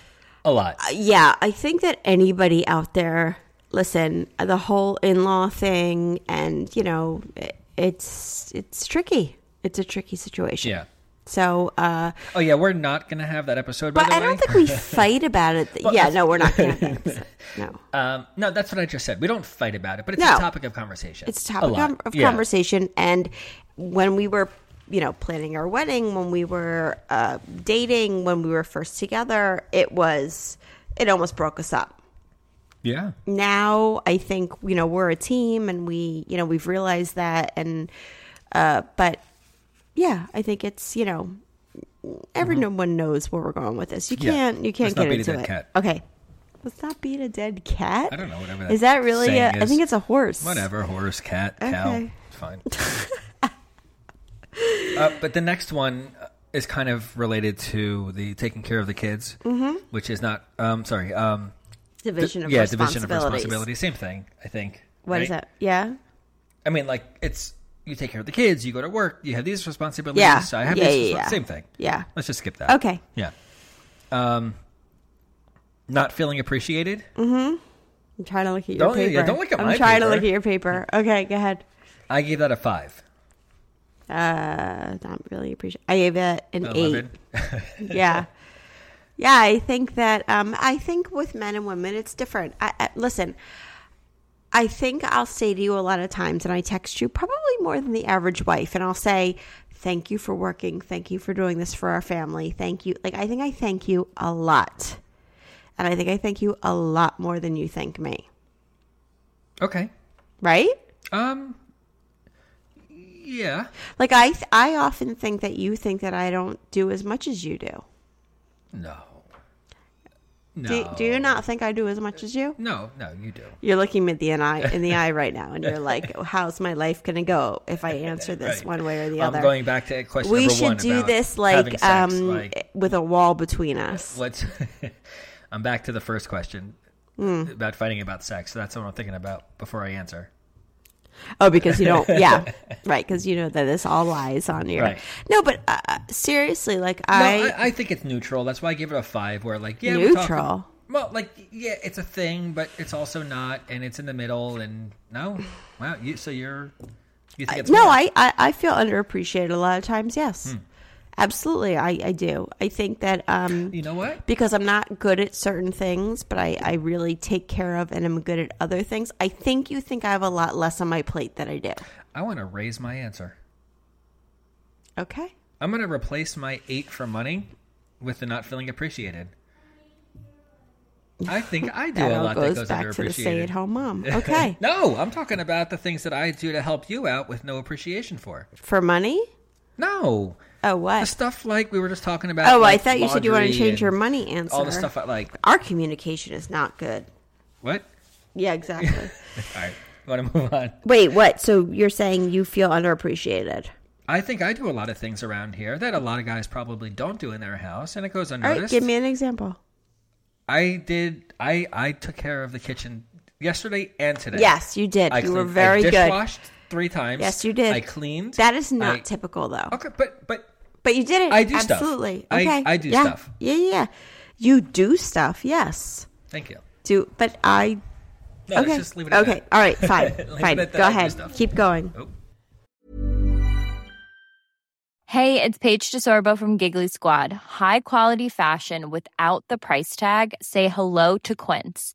a lot yeah, I think that anybody out there, listen, the whole in-law thing and, you know, it, it's it's tricky. It's a tricky situation. yeah So, uh oh yeah we're not gonna have that episode by but the I way don't think we fight about it. yeah, no, we're not going to. No. um, no that's what i just said we don't fight about it but it's a No. topic of conversation it's a A topic lot. of- of Yeah. conversation and when we were you know planning our wedding when we were uh, dating when we were first together it was it almost broke us up yeah now i think you know we're a team and we you know we've realized that and uh, but yeah i think it's you know everyone knows where we're going with this you Mm-hmm. Yeah. can't you can't Let's not get beat a into dead it cat. okay let's not beat a dead cat i don't know whatever that is that really a, saying i is. think it's a horse whatever horse cat cow Okay. it's fine Uh, but the next one uh, is kind of related to the taking care of the kids, which is not. Um, sorry. Um, Mm-hmm. Division of yeah, responsibilities. division of responsibility. Same thing, I think. What is right? that? Yeah. I mean, like it's you take care of the kids, you go to work, you have these responsibilities. Yeah. I have Yeah, these. yeah, respons- yeah. Same thing. Yeah. Let's just skip that. Okay. Yeah. Um, not feeling appreciated. Mm. I'm trying to look at your Don't- yeah, paper. don't look at I'm my trying to paper. look at your paper. Okay, go ahead. I gave that a five. Uh, not really appreciate. I gave it an eight. Eleven. yeah yeah i think that um i think with men and women it's different I, I, listen i think i'll say to you a lot of times and i text you probably more than the average wife and i'll say thank you for working thank you for doing this for our family thank you like i think i thank you a lot and i think i thank you a lot more than you thank me okay. right Um. Yeah. like i th- i often think that you think that i don't do as much as you do No. No. do, do you not think i do as much as you No. No. You do. You're looking me in the eye in the eye right now, and you're like, "How's my life going to go if I answer this Right. one way or the I'm other?" going back to question we number should one do about this having like, sex, um, like, with a wall between us. let's. I'm back to the first question Hmm. about fighting about sex. That's what I'm thinking about before I answer. Oh, because you don't. Yeah, right. Because you know that this all lies on you. Right. No, but uh, seriously, like No, I, I, I think it's neutral. That's why I give it a five. Where like yeah, We talk, neutral. well, like yeah, it's a thing, but it's also not, and it's in the middle. And no, wow. You so you're you think it's no, more. Hmm. I, I, I feel underappreciated a lot of times. Yes, absolutely, I, I do. I think that um, You know what? because I'm not good at certain things, but I, I really take care of and I'm good at other things. I think you think I have a lot less on my plate than I do. I want to raise my answer. Okay. I'm gonna replace my eight for money with the not feeling appreciated. I think I do That a all lot goes that goes back to the stay at underappreciated. home mom. Okay. No, I'm talking about the things that I do to help you out with no appreciation for. For money? No, Oh, the what? stuff like we were just talking about. oh, I like, thought you said you want to laundry change your and money answer. All the stuff I like. Our communication is not good. What? Yeah, exactly. All right, want to move on? Wait, what? So you're saying you feel underappreciated? I think I do a lot of things around here that a lot of guys probably don't do in their house, and it goes All right, unnoticed. give me an example. I did. I I took care of the kitchen yesterday and today. Yes, you did. I you were cleaned- very I good. dishwashed three times. Yes, you did. I cleaned. That is not I- typical, though. Okay, but but But you did it. I do stuff. absolutely. I- Okay. I do yeah. stuff. Yeah, yeah, yeah. You do stuff. Yes. thank you. Do but I. No, okay. let's just leave it. At okay. that. All right. Fine. Leave it fine. at that. Go I do ahead. stuff. Keep going. Oh, Hey, it's Paige DeSorbo from Giggly Squad. High quality fashion without the price tag. Say hello to Quince.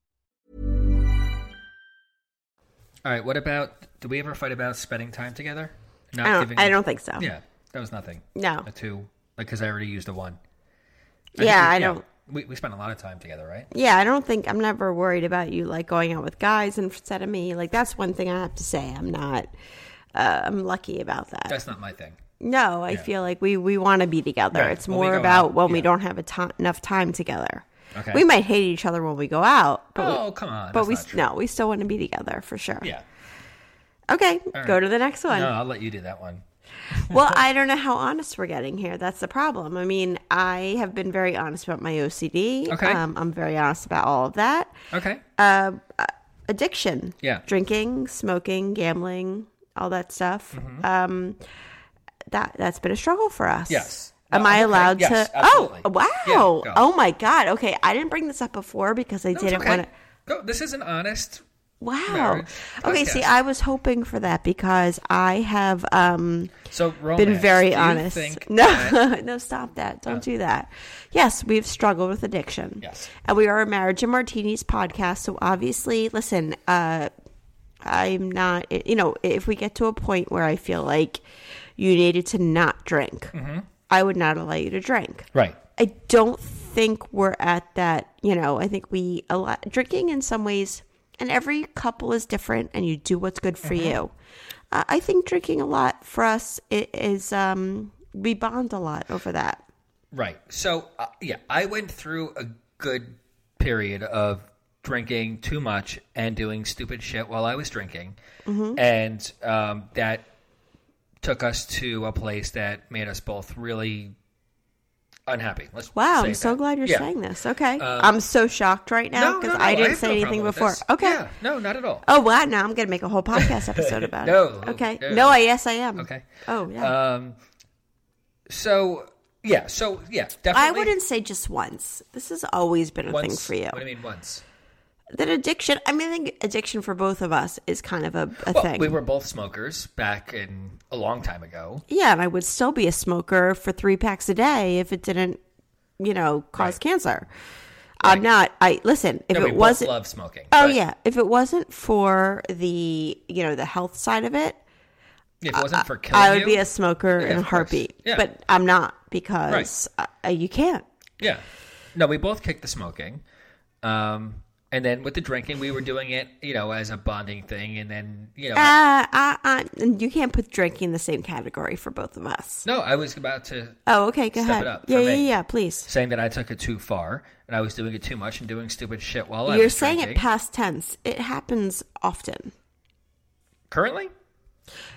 All right. What about? Did we ever fight about spending time together? Not I don't. I don't think so. Yeah, that was nothing. No. A two, because I already used a one. think Yeah, we- I don't. We we spent a lot of time together, right? Yeah, I don't think I'm never worried about you like going out with guys instead of me. Like that's one thing I have to say. I'm not. Uh, I'm lucky about that. That's not my thing. no, I feel like we we want to be together. Right, It's when we more go about out, when we yeah. don't have a ti enough time together. Okay. We might hate each other when we go out, but Oh we, come on. but that's we not s- true. no, we still want to be together for sure. Yeah. Okay, right. go to the next one. No, I'll let you do that one. well, I don't know how honest we're getting here. That's the problem. I mean, I have been very honest about my OCD. Okay. Um, I'm very honest about all of that. Okay. Uh, uh, addiction. Yeah. Drinking, smoking, gambling, all that stuff. Mm-hmm. Um, that that's been a struggle for us. Yes. Am No, I okay. allowed Yes, to? absolutely. Oh, wow! Yeah, go. oh my God! Okay, I didn't bring this up before because I No, it's didn't okay. want to. Go. This is an honest. Wow. Marriage Okay, see, podcast. I was hoping for that because I have um, So romance. been very do you honest. think no, that- no, stop that. Don't do that. Yes, we've struggled with addiction. Yes. And we are a marriage and martinis podcast. So obviously, listen, uh, I'm not, you know, if we get to a point where I feel like you needed to not drink, Mm-hmm. I would not allow you to drink. Right. I don't think we're at that, you know, I think we, a lot, drinking in some ways, and every couple is different and you do what's good Mm-hmm. for you. Uh, I think drinking a lot for us i- is, um, we bond a lot over that. Right. So, uh, yeah, I went through a good period of drinking too much and doing stupid shit while I was drinking. Mm-hmm. And um, that took us to a place that made us both really unhappy. Let's Wow, say I'm so that. glad you're Yeah. saying this. Okay. I'm so shocked right now because I didn't have say no anything problem with before. this. Okay. Yeah, no, not at all. Oh wow! Now I'm gonna make a whole podcast episode about No, it. Okay. no. No, I yes I am. Okay. Oh yeah. Um, so, yeah, so, yeah, definitely. I wouldn't say just once. This has always been a once, thing for you. What do you mean once? That addiction. I mean, I think addiction for both of us is kind of a, a Well, thing. we were both smokers back in a long time ago. yeah, and I would still be a smoker for three packs a day if it didn't, you know, cause cancer. I'm not. I listen. If No, we it wasn't, both love smoking. oh but yeah, if it wasn't for the you know the health side of it, If it wasn't for killing I would you, be a smoker in a of course. heartbeat. Yeah. But I'm not because uh, you can't. yeah. No, we both kicked the smoking, um, and then with the drinking, we were doing it, you know, as a bonding thing, and then you know, Uh, I, I, and you can't put drinking in the same category for both of us. no, I was about to Oh, okay, go Step ahead. it up for yeah, yeah, me. yeah, please. saying that I took it too far and I was doing it too much and doing stupid shit while I You're was saying it drinking. past tense. It happens often. currently,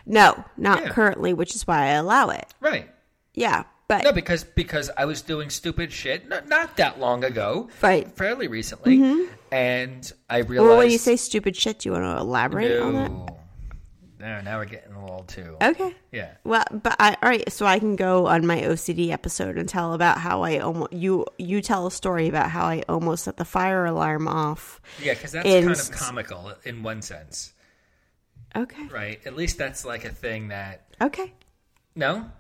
No, not Yeah. currently, which is why I allow it. right? Yeah, but No, because because I was doing stupid shit not, not that long ago, Right. Fairly recently, and I realized. Mm-hmm. well, when you say stupid shit, do you want to elaborate on that? no, No, now we're getting a little too Okay. yeah. Well, but I, all right, so I can go on my OCD episode and tell about how I almost you you tell a story about how I almost set the fire alarm off. Yeah, because that's in kind of s- comical in one sense, Okay. right? At least that's like a thing that Okay. no,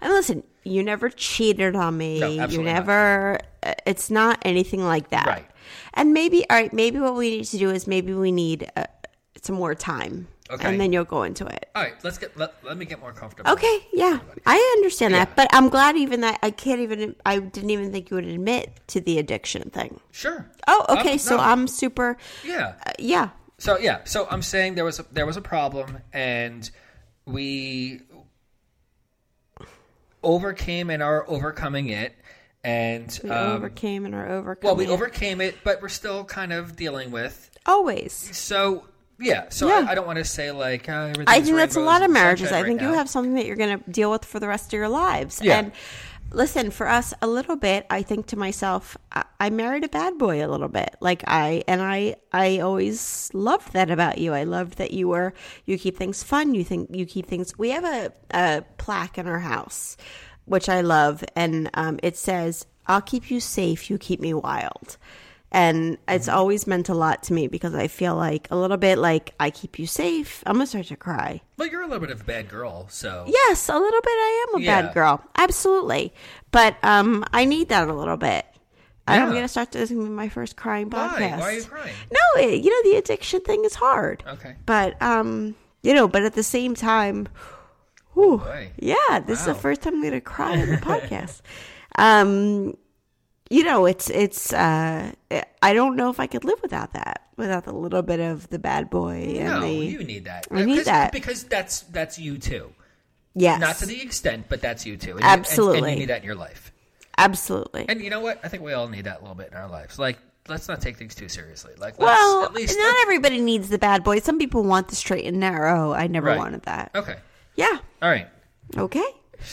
And listen, you never cheated on me. No, you absolutely not. never. uh, It's not anything like that. Right. And maybe, all right, maybe what we need to do is maybe we need uh, some more time. Okay. And then you'll go into it. All right, let's get let, let me get more comfortable. Okay. Yeah. I understand that. But I'm glad even that I can't even, I didn't even think you would admit to the addiction thing. sure. Oh, okay. Um, so no, I'm super, yeah. uh, yeah. So yeah, so I'm saying there was a, there was a problem, and we overcame and are overcoming it, and We um, overcame and are overcome. well, we overcame it, but we're still kind of dealing with. Always. So yeah, so Yeah. I, I don't want to say like uh, I everything's think that's a rainbows lot of and marriages. sunshine I think right you now. have something that you're going to deal with for the rest of your lives. Yeah. And listen, for us, a little bit, I think to myself, I, I married a bad boy a little bit. Like I, and I, I always loved that about you. I loved that you were, you keep things fun. You think you keep things. We have a, a plaque in our house, which I love, and um, it says, "I'll keep you safe. You keep me wild." And it's always meant a lot to me because I feel like a little bit like I keep you safe. I'm gonna start to cry. Well, you're a little bit of a bad girl, so Yes, a little bit. I am a Yeah. bad girl, absolutely. But um, I need that a little bit. And I'm Yeah. going to start this is gonna be my first crying Why? podcast. Why are you crying? No, it, you know the addiction thing is hard. Okay. But um, you know, but at the same time, whew, boy. yeah, this is the Wow. first time I'm going to cry on the podcast. Um, you know, it's it's. Uh, I don't know if I could live without that, without the little bit of the bad boy and No, the you need that. I need 'Cause- that. because that's that's you too. yes, Not to the extent, but that's you too. And you- and- and, Absolutely. you need that in your life. absolutely. And you know what? I think we all need that a little bit in our lives. Like, let's not take things too seriously. Like, let's Well, at least not everybody needs the bad boy. Some people want the straight and narrow. I never Right. wanted that. okay. Yeah. All right. Okay.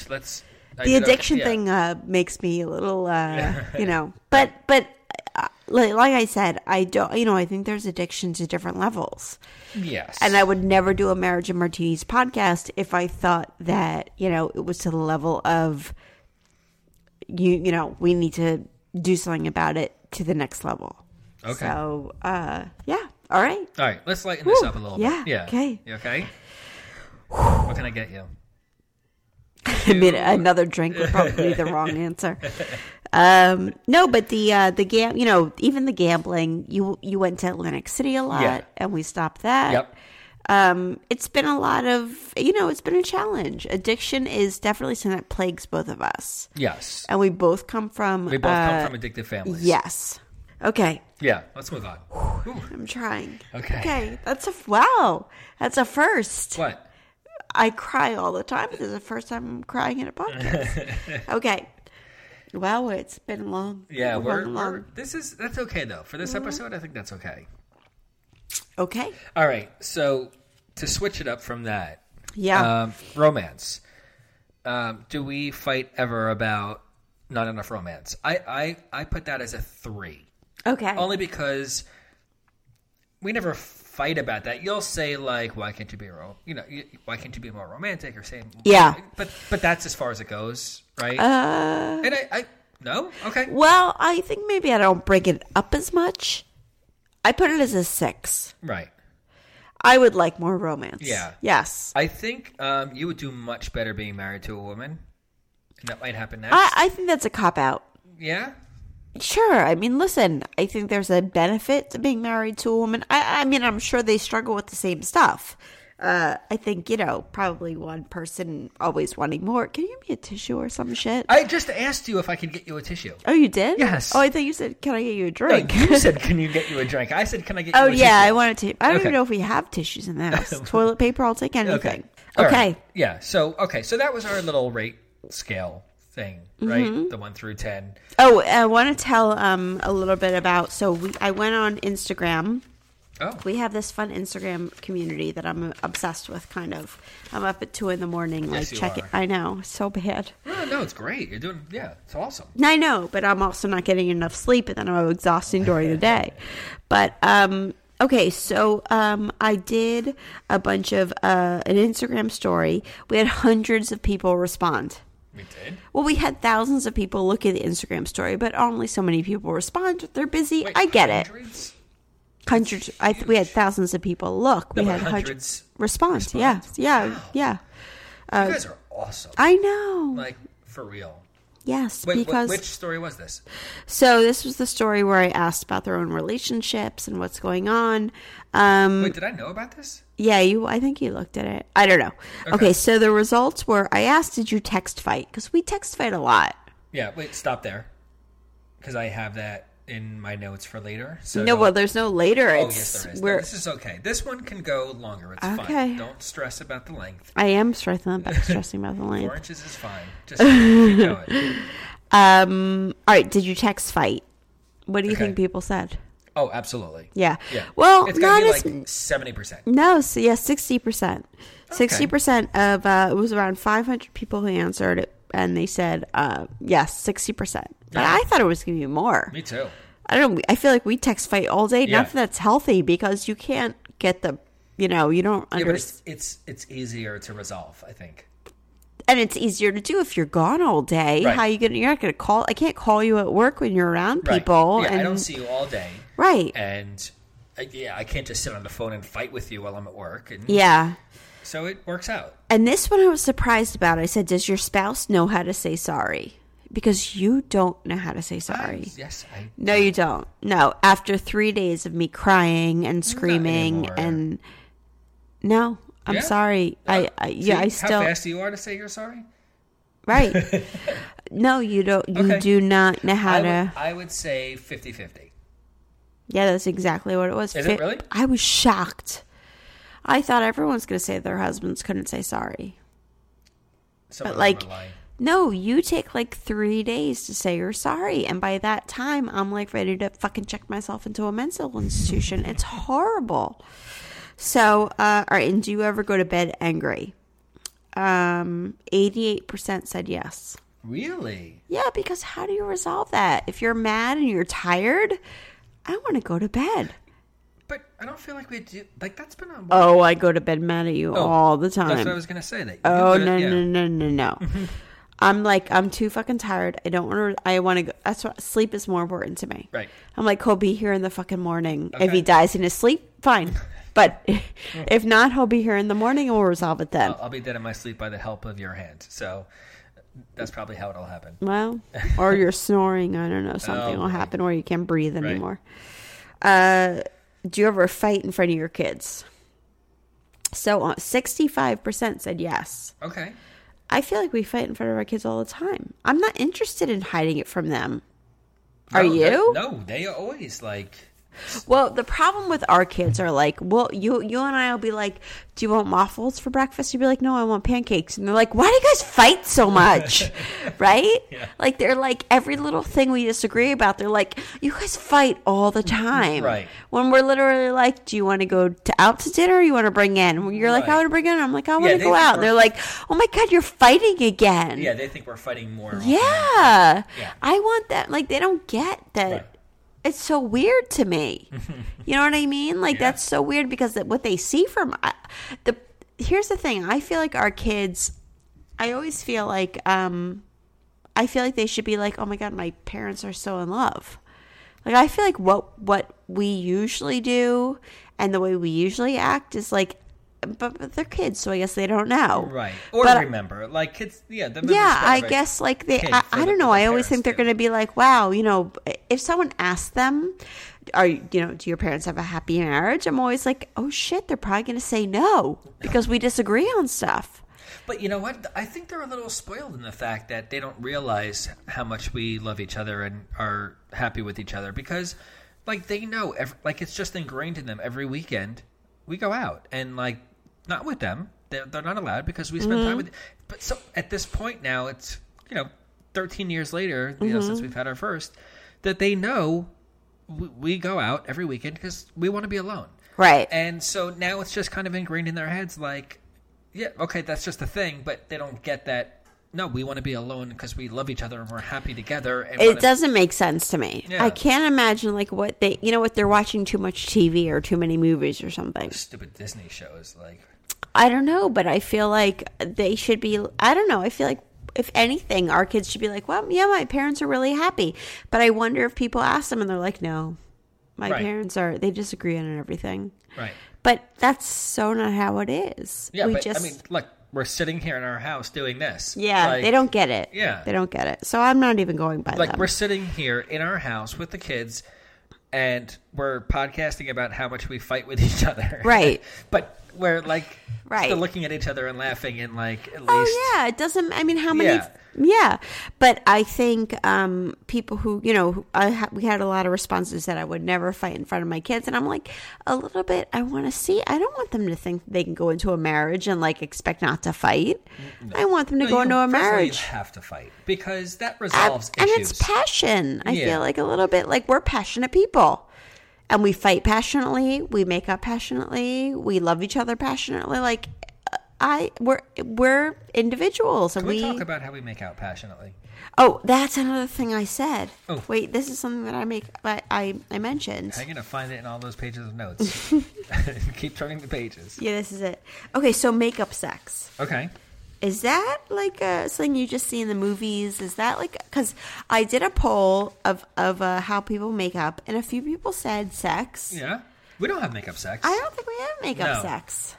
Let's. I The did okay. addiction Yeah. thing uh, makes me a little, uh, you know, but but uh, like, like I said, I don't, you know, I think there's addiction to different levels, Yes. and I would never do a marriage and martinis podcast if I thought that you know it was to the level of you, you know, we need to do something about it to the next level. Okay. So uh, yeah, all right. All right. Let's lighten this Whew. up a little Yeah, bit. Yeah. okay. You okay. what can I get you? I mean, another drink would probably be the wrong answer. Um, no, but the uh, the gam, you know, even the gambling. You you went to Atlantic City a lot, Yeah. and we stopped that. Yep. Um, it's been a lot of you know, it's been a challenge. Addiction is definitely something that plagues both of us, Yes. and we both come from. We both uh, come from addictive families. Yes. Okay, Yeah. Let's move on. I'm trying. Okay. Okay, that's a wow. That's a first. What? I cry all the time. This is the first time I'm crying in a podcast. okay. Wow, it's been long. Yeah, long, we're, long. we're this is that's okay though. For Mm-hmm. this episode, I think that's okay. Okay. All right. So to switch it up from that, Yeah. um, romance. Um, do we fight ever about not enough romance? I, I I put that as a three, okay. only because we never fight about that. You'll say like, "Why can't you be ro- you know you, why can't you be more romantic?" or say, Yeah. but but that's as far as it goes, right?" Uh, and I, I no okay well, I think maybe I don't bring it up as much. I put it as a six. right. I would like more romance. Yeah. Yes. I think um, you would do much better being married to a woman, and that might happen next. I, I think that's a cop out. yeah, Sure. I mean, listen, I think there's a benefit to being married to a woman. I, I mean, I'm sure they struggle with the same stuff. Uh, I think, you know, probably one person always wanting more. Can you give me a tissue or some shit? I just asked you if I could get you a tissue. oh, you did? Yes. Oh, I thought you said, can I get you a No, drink? you said, "Can you get you a drink?" I said, "Can I get?" oh, you a yeah. I tissue?" wanted to. I don't Okay. even know if we have tissues in the house. Toilet paper, I'll take anything. All Okay. right. Yeah. So okay. So that was our little rate scale thing, right? Mm-hmm. The one through ten. Oh, I want to tell um, a little bit about. So we, I went on Instagram. Oh. we have this fun Instagram community that I'm obsessed with. Kind of, I'm up at two in the morning, like Yes, you checking. are. I know, so bad. No, no, it's great. You're doing. Yeah, it's awesome. I know, but I'm also not getting enough sleep, and then I'm exhausting during the day. But um, okay, so um, I did a bunch of uh, an Instagram story. We had hundreds of people respond. We did. Well, we had thousands of people look at the Instagram story, but only so many people respond. They're busy. Wait, I get it. hundreds? hundreds. I th- we had thousands of people look. We No, but had hundreds hundreds respond. Yeah, yeah, yeah. you guys are awesome. Uh, I know. like for real. yes, Wait, wh- because which story was this? so this was the story where I asked about their own relationships and what's going on. Um, Wait, did I know about this? yeah, you. I think you looked at it. I don't know. Okay, so the results were I asked, did you text fight? Because we text fight a lot. Yeah, wait, stop there. Because I have that in my notes for later. So No, don't- well, there's no later. oh, It's yes, there is. No, we're. this is okay. This one can go longer. It's fine. Okay. Don't stress about the length. I am stressing about stressing about the length. Four inches is fine. Just keep going. Um. All right. Did you text fight? What do you Okay. think people said? Oh, absolutely. Yeah. Yeah. Well, it's not gotta as be like seventy percent. no. So yeah, sixty percent. Sixty percent of uh, it was around five hundred people who answered it, and they said uh, yes, sixty percent. But Yeah. I thought it was going to be more. Me too. I don't. know, I feel like we text fight all day. Yeah. Nothing that's healthy because you can't get the. You know, you don't Yeah, but understand, it's, it's it's easier to resolve. I think. and it's easier to do if you're gone all day. Right. How you gonna? You're not gonna call. I can't call you at work when you're around Right. people. Yeah, and, I don't see you all day, Right. and uh, yeah, I can't just sit on the phone and fight with you while I'm at work. And yeah. So it works out. And this one I was surprised about. I said, Does your spouse know how to say sorry? Because you don't know how to say sorry. Yes, I. No, you don't. No. After three days of me crying and screaming anymore. and no, I'm Yeah. Uh, sorry. I, I yeah, See I How still fast you are to say you're sorry? right. no, you don't. You Okay. do not know how I to. would, I would say 50 50. Yeah, that's exactly what it was. Is Fi- it really? I was shocked. I thought everyone's going to say their husbands couldn't say sorry. But like- No, you take like three days to say you're sorry. And by that time, I'm like ready to fucking check myself into a mental institution. it's horrible. So, uh, all right. And do you ever go to bed angry? Um, 88% said yes. Really? Yeah, because how do you resolve that? If you're mad and you're tired, I want to go to bed. But I don't feel like we do. Like, that's been on. Oh, I go to bed mad at you Oh, all the time. That's what I was going to say. That you Oh do it- no, yeah. no no no no I'm like I'm too fucking tired. I don't want to. I want to. go That's what sleep is more important to me. Right. I'm like he'll be here in the fucking morning. If Okay. he dies in his sleep, fine. But if not, he'll be here in the morning and we'll resolve it then. I'll, I'll be dead in my sleep by the help of your hand. So, that's probably how it'll happen. Well, or you're snoring. I don't know. Something Oh, will boy. happen where you can't breathe Right. anymore. Uh, do you ever fight in front of your kids? So uh, 65% said yes. Okay. I feel like we fight in front of our kids all the time. I'm not interested in hiding it from them. Are No, you? that- No, they are always like. Well, the problem with our kids are like, well, you you and I will be like, do you want waffles for breakfast? You'll be like, no, I want pancakes, and they're like, why do you guys fight so much, right? Like they're like every little thing we disagree about, they're like, you guys fight all the time, Mm-hmm. Right. When we're literally like, do you want to go to out to dinner? Or you want to bring in? And You're like, I Right. want to bring in. I'm like, I want to they go think out. we're- And they're like, oh my god, you're fighting again, Yeah, they think we're fighting more. often. yeah. Yeah. I want that. Like, they don't get that. Right. It's so weird to me. you know what I mean? Like, that's so weird because that- what they see from I- the. Here's the thing I feel like our kids, I always feel like, um, I feel like they should be like, oh my God, my parents are so in love. Like, I feel like what, what we usually do and the way we usually act is like, but, but they're kids, so I guess they don't know. Right. Or But- remember, like kids. Yeah. The yeah memory's i better. guess like they kid i, for I the- don't know for the i always parents think they're too. going to be like wow you know if someone asks them are you you know do your parents have a happy marriage i'm always like oh shit they're probably going to say no because we disagree on stuff But you know what? I think they're a little spoiled in the fact that they don't realize how much we love each other and are happy with each other because, like, they know, ev like, it's just ingrained in them. Every weekend, we go out and like, not with them. They're, they're not allowed because we spend time with. But so at this point now, it's you know, thirteen years later, you know, since we've had our first, that they know we, we go out every weekend because we want to be alone. Right. And so now it's just kind of ingrained in their heads, like, yeah, okay, that's just a thing, but they don't get that. No, we want to be alone because we love each other and we're happy together. And it wanna- doesn't make sense to me Yeah. i can't imagine like what they you know what they're watching too much tv or too many movies or something Stupid Disney shows, like, I don't know, but I feel like they should be. I don't know. I feel like if anything, our kids should be like, well, yeah, my parents are really happy. But I wonder if people ask them and they're like, no, my Right. parents are, they disagree on everything. right? But that's so not how it is. Yeah, we but just, I mean, look, we're sitting here in our house doing this. yeah, Like- they don't get it. Yeah. They don't get it. So I'm not even going by like them. we're sitting here in our house with the kids and we're podcasting about how much we fight with each other Right. but we're like Right. still looking at each other and laughing and like at least Oh yeah, it doesn't. I mean, how many? Yeah. Yeah, but I think um, people who you know, I ha- we had a lot of responses that I would never fight in front of my kids, and I'm like, a little bit. I want to see. I don't want them to think they can go into a marriage and like expect not to fight. I want them to No, go you- into a first of all, marriage. you have to fight because that Ab- resolves and issues it's passion. I Yeah. feel like a little bit like we're passionate people. And we fight passionately, we make up passionately, we love each other passionately. Like I we're we're individuals and Can we, we, talk about how we make out passionately Oh, that's another thing I said. Oh. Wait, this is something that I make I I, I mentioned. i'm gonna find it in all those pages of notes keep turning the pages yeah, this is it. Okay, so makeup sex. okay Is that like uh something you just see in the movies? Is that like because I did a poll of of uh, how people make up, and a few people said sex. yeah we don't have makeup sex I don't think we have makeup No. sex.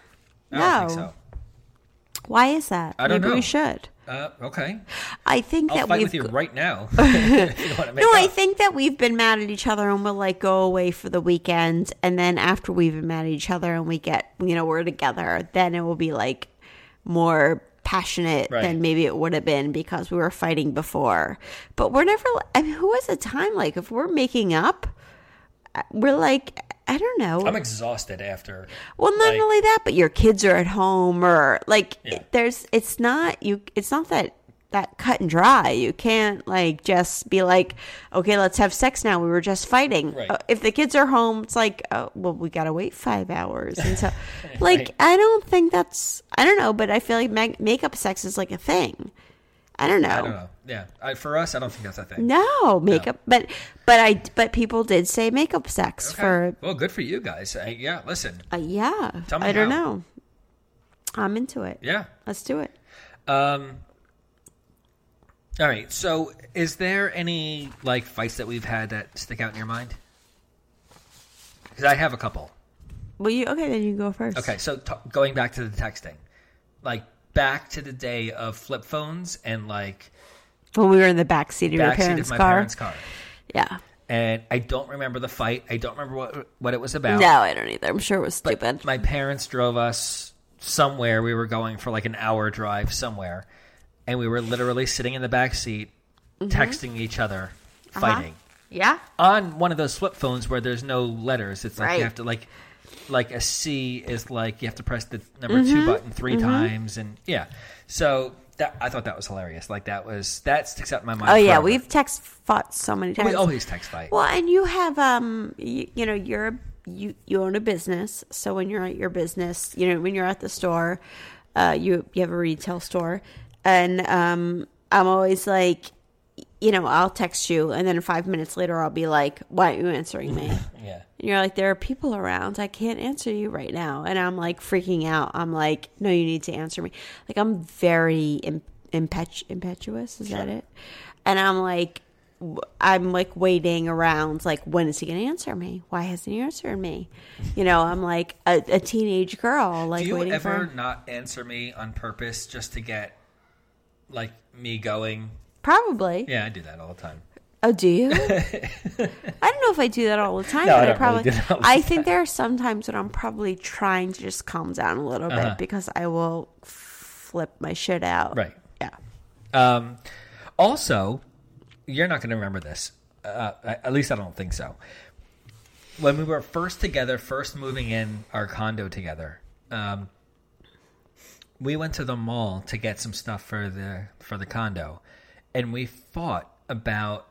I no. don't think Why is that? I don't Maybe know. We should. so uh, okay I think i'll that fight we've. with you right now if you want to make no, out. I think that we've been mad at each other, and we'll like go away for the weekend, and then after we've been mad at each other, and we get you know we're together, then it will be like more passionate Right. than maybe it would have been because we were fighting before. But we're never. I mean, who has a time like if we're making up? uh, We're like I don't know. i'm exhausted after Well, not Like- only that, but your kids are at home, or like Yeah. it- there's, it's not you, it's not that that cut and dry. You can't like just be like, okay, let's have sex now. We were just fighting. Right. Uh, If the kids are home, it's like, oh, well, we gotta wait five hours, and so like I don't think that's, I don't know, but I feel like mag- makeup sex is like a thing. I don't know. I don't know. Yeah, I, for us, I don't think that's a thing. No makeup, but but I but people did say makeup sex Okay. for well, good for you guys. Uh, yeah, listen. uh, yeah. Tell me I don't how. know. I'm into it. Yeah. Let's do it. Um. All right. So, is there any like fights that we've had that stick out in your mind? Because I have a couple. Well, you okay? Then you go first. Okay. So, t- going back to the texting, like back to the day of flip phones and like When we were in the back seat of your backseat of parents' my car. parents' car. Yeah. And I don't remember the fight. I don't remember what what it was about. No, I don't either. I'm sure it was stupid. Oh. My parents drove us somewhere. We were going for like an hour drive somewhere, and we were literally sitting in the back seat, texting each other, fighting yeah. on one of those flip phones where there's no letters. It's like Right. you have to like like a C is like you have to press the number Mm-hmm. two button 3 times, and yeah. So that I thought that was hilarious. Like that was that sticks out in my mind. Oh yeah, forever. we've text fought so many times. we always text fight. Well, and you have um, you, you know, you're a- you you own a business, so when you're at your business, you know, when you're at the store, uh, you you have a retail store, and um, I'm always like, you know, I'll text you, and then five minutes later, I'll be like, why aren't you answering me? yeah. And you're like, there are people around. I can't answer you right now. And I'm like freaking out. I'm like, no, you need to answer me. Like, I'm very im- impetu- impetuous. Is that it? And I'm like, w- I'm like waiting around, like, when is he going to answer me? Why hasn't he answered me? You know, I'm like a, a teenage girl, like, Do you waiting ever for. not answer me on purpose just to get like me going? Probably. Yeah, I do that all the time. Oh, do you? I don't know if I do that all the time, No, I but I, don't really probably. do that all the I think there are some times when I'm probably trying to just calm down a little bit because I will flip my shit out. Uh-huh. Right. Yeah. Um, also, you're not going to remember this. Uh, I- at least I don't think so. When we were first together, first moving in our condo together, um, we went to the mall to get some stuff for the for the condo, and we fought about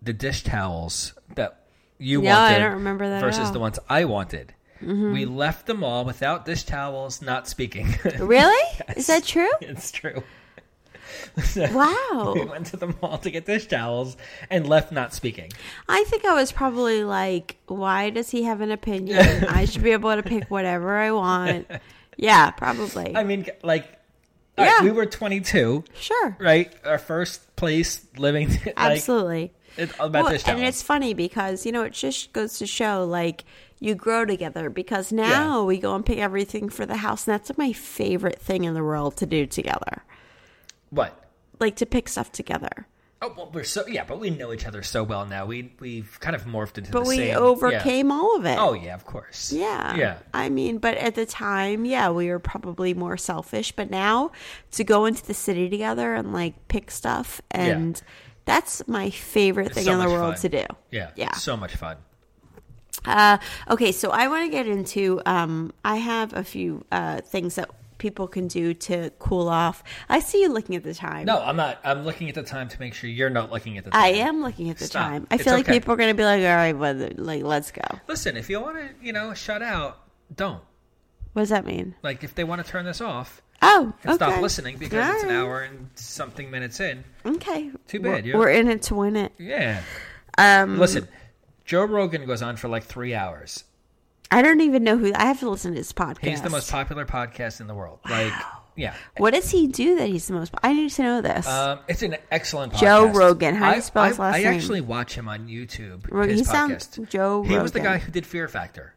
the dish towels that you Yeah, I wanted. don't remember that at versus all. Mm-hmm. the ones I wanted. We left the mall without dish towels, not speaking. Really? Is that true? it's true. We Wow. went to the mall to get dish towels and left not speaking. I think I was probably like, why does he have an opinion? I should be able to pick whatever I want. Yeah, probably. I mean, like, all right, Yeah. we were 22, sure. right? Our first place living. Like, Absolutely. It's all about Well, dish towels. and it's funny because you know it just goes to show like you grow together because now we go and pick everything for the house and that's my favorite thing in the world to do together what? like to pick stuff together Oh, well, we're so yeah, but we know each other so well now. We we've kind of morphed into but the we same. yeah. overcame all of it Oh yeah, of course. yeah Yeah. i mean but at the time yeah we were probably more selfish but now to go into the city together and like pick stuff and that's my favorite thing so in the much world fun. to do Yeah. yeah So much fun. Uh, okay, so I want to get into. Um, I have a few uh, things that people can do to cool off. I see you looking at the time. No, I'm not. I'm looking at the time to make sure you're not looking at the time. I am looking at the Stop. time. I It's feel like okay. people are going to be like, "All right, well, like let's go." Listen, if you want to, you know, shut out, don't. What does that mean? Like, if they want to turn this off, Oh, and okay. stop listening because it's an All hour and something minutes in. right. Okay. Too We're- bad, We're, yeah. in it to win it. Yeah. Um, Listen, Joe Rogan goes on for like three hours. I don't even know who. I have to listen to his podcast. He's the most popular podcast in the world. Like, yeah. What does he do that he's the most? I need to know this. Um, it's an excellent podcast. Joe Rogan. How do you spell I, his last I, name? I actually watch him on YouTube. Ro- his he sounds- podcast. Joe He was the Rogan. guy who did Fear Factor.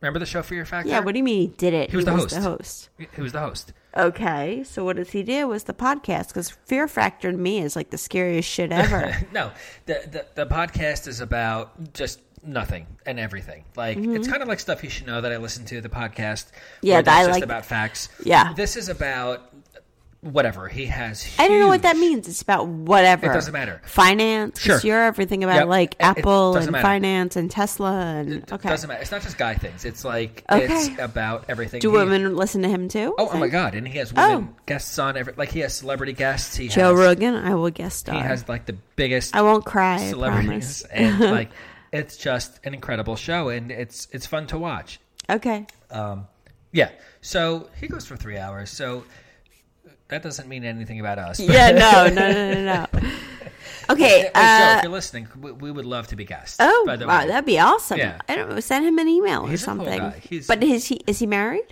Remember the show Fear Factor? yeah. What do you mean he did it? He was the host. The host. you- he was the host. Okay, so what does he do? Was the podcast because Fear Factor to me is like the scariest shit ever. No, the, the the podcast is about just nothing and everything. Like it's kind of like stuff you should know that I listen to the podcast. Mm-hmm. Yeah, where that I that's just like- about facts. Yeah. this is about whatever he has. I don't know what that huge- means. It's about whatever. It doesn't matter. Finance. 'cause Sure. You're everything about Yep, like it- it Apple doesn't and matter. finance and Tesla and It okay. doesn't matter. It's not just guy things. It's like it's Okay. about everything. Do He- women listen to him too? Oh, Is oh my that- God! And he has women guests on every. Like he has celebrity guests. He Joe has, Rogan, I will guest star. He has like the biggest. I won't cry. I promise. celebrities and like it's just an incredible show and it's it's fun to watch. Okay. Yeah. So he goes for three hours. So that doesn't mean anything about us. But, Yeah. No. No. No. No. No. Okay. Hey, Joe, Uh, if you're listening, we, we would love to be guests. oh, by the wow, way. that'd be awesome. Yeah. I don't know. Send him an email He's or a cool something. guy. He's- but is he is he married?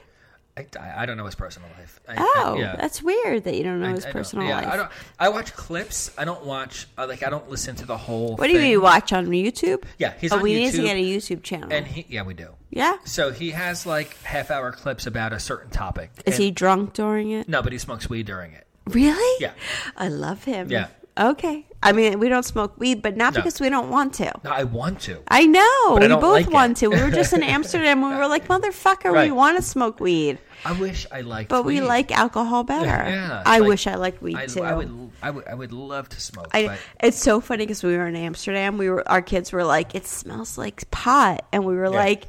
I, I don't know his personal life. I, I- Oh, yeah. that's weird that you don't know I- his I don't- personal yeah, life. I don't. I watch clips. I don't watch. uh, Like I don't listen to the whole. what do you thing. mean you watch on YouTube? Yeah, he's oh, on we need to YouTube, get a YouTube channel. And he, yeah, we do. yeah, So he has like half hour clips about a certain topic. is And- he drunk during it? No, but he smokes weed during it. Really? Yeah. I love him. Yeah. Okay. I mean, we don't smoke weed, but not No. because we don't want to. No, I want to. I know. But I we don't both like it. want to. We were just in Amsterdam. We were like, motherfucker, we Right. want to smoke weed, I wish I liked. but we weed. like alcohol better. Yeah, I like, wish I liked weed I, too. I would. I would. I would love to smoke. I- but it's so funny because we were in Amsterdam. We were our kids were like, "It smells like pot," and we were like,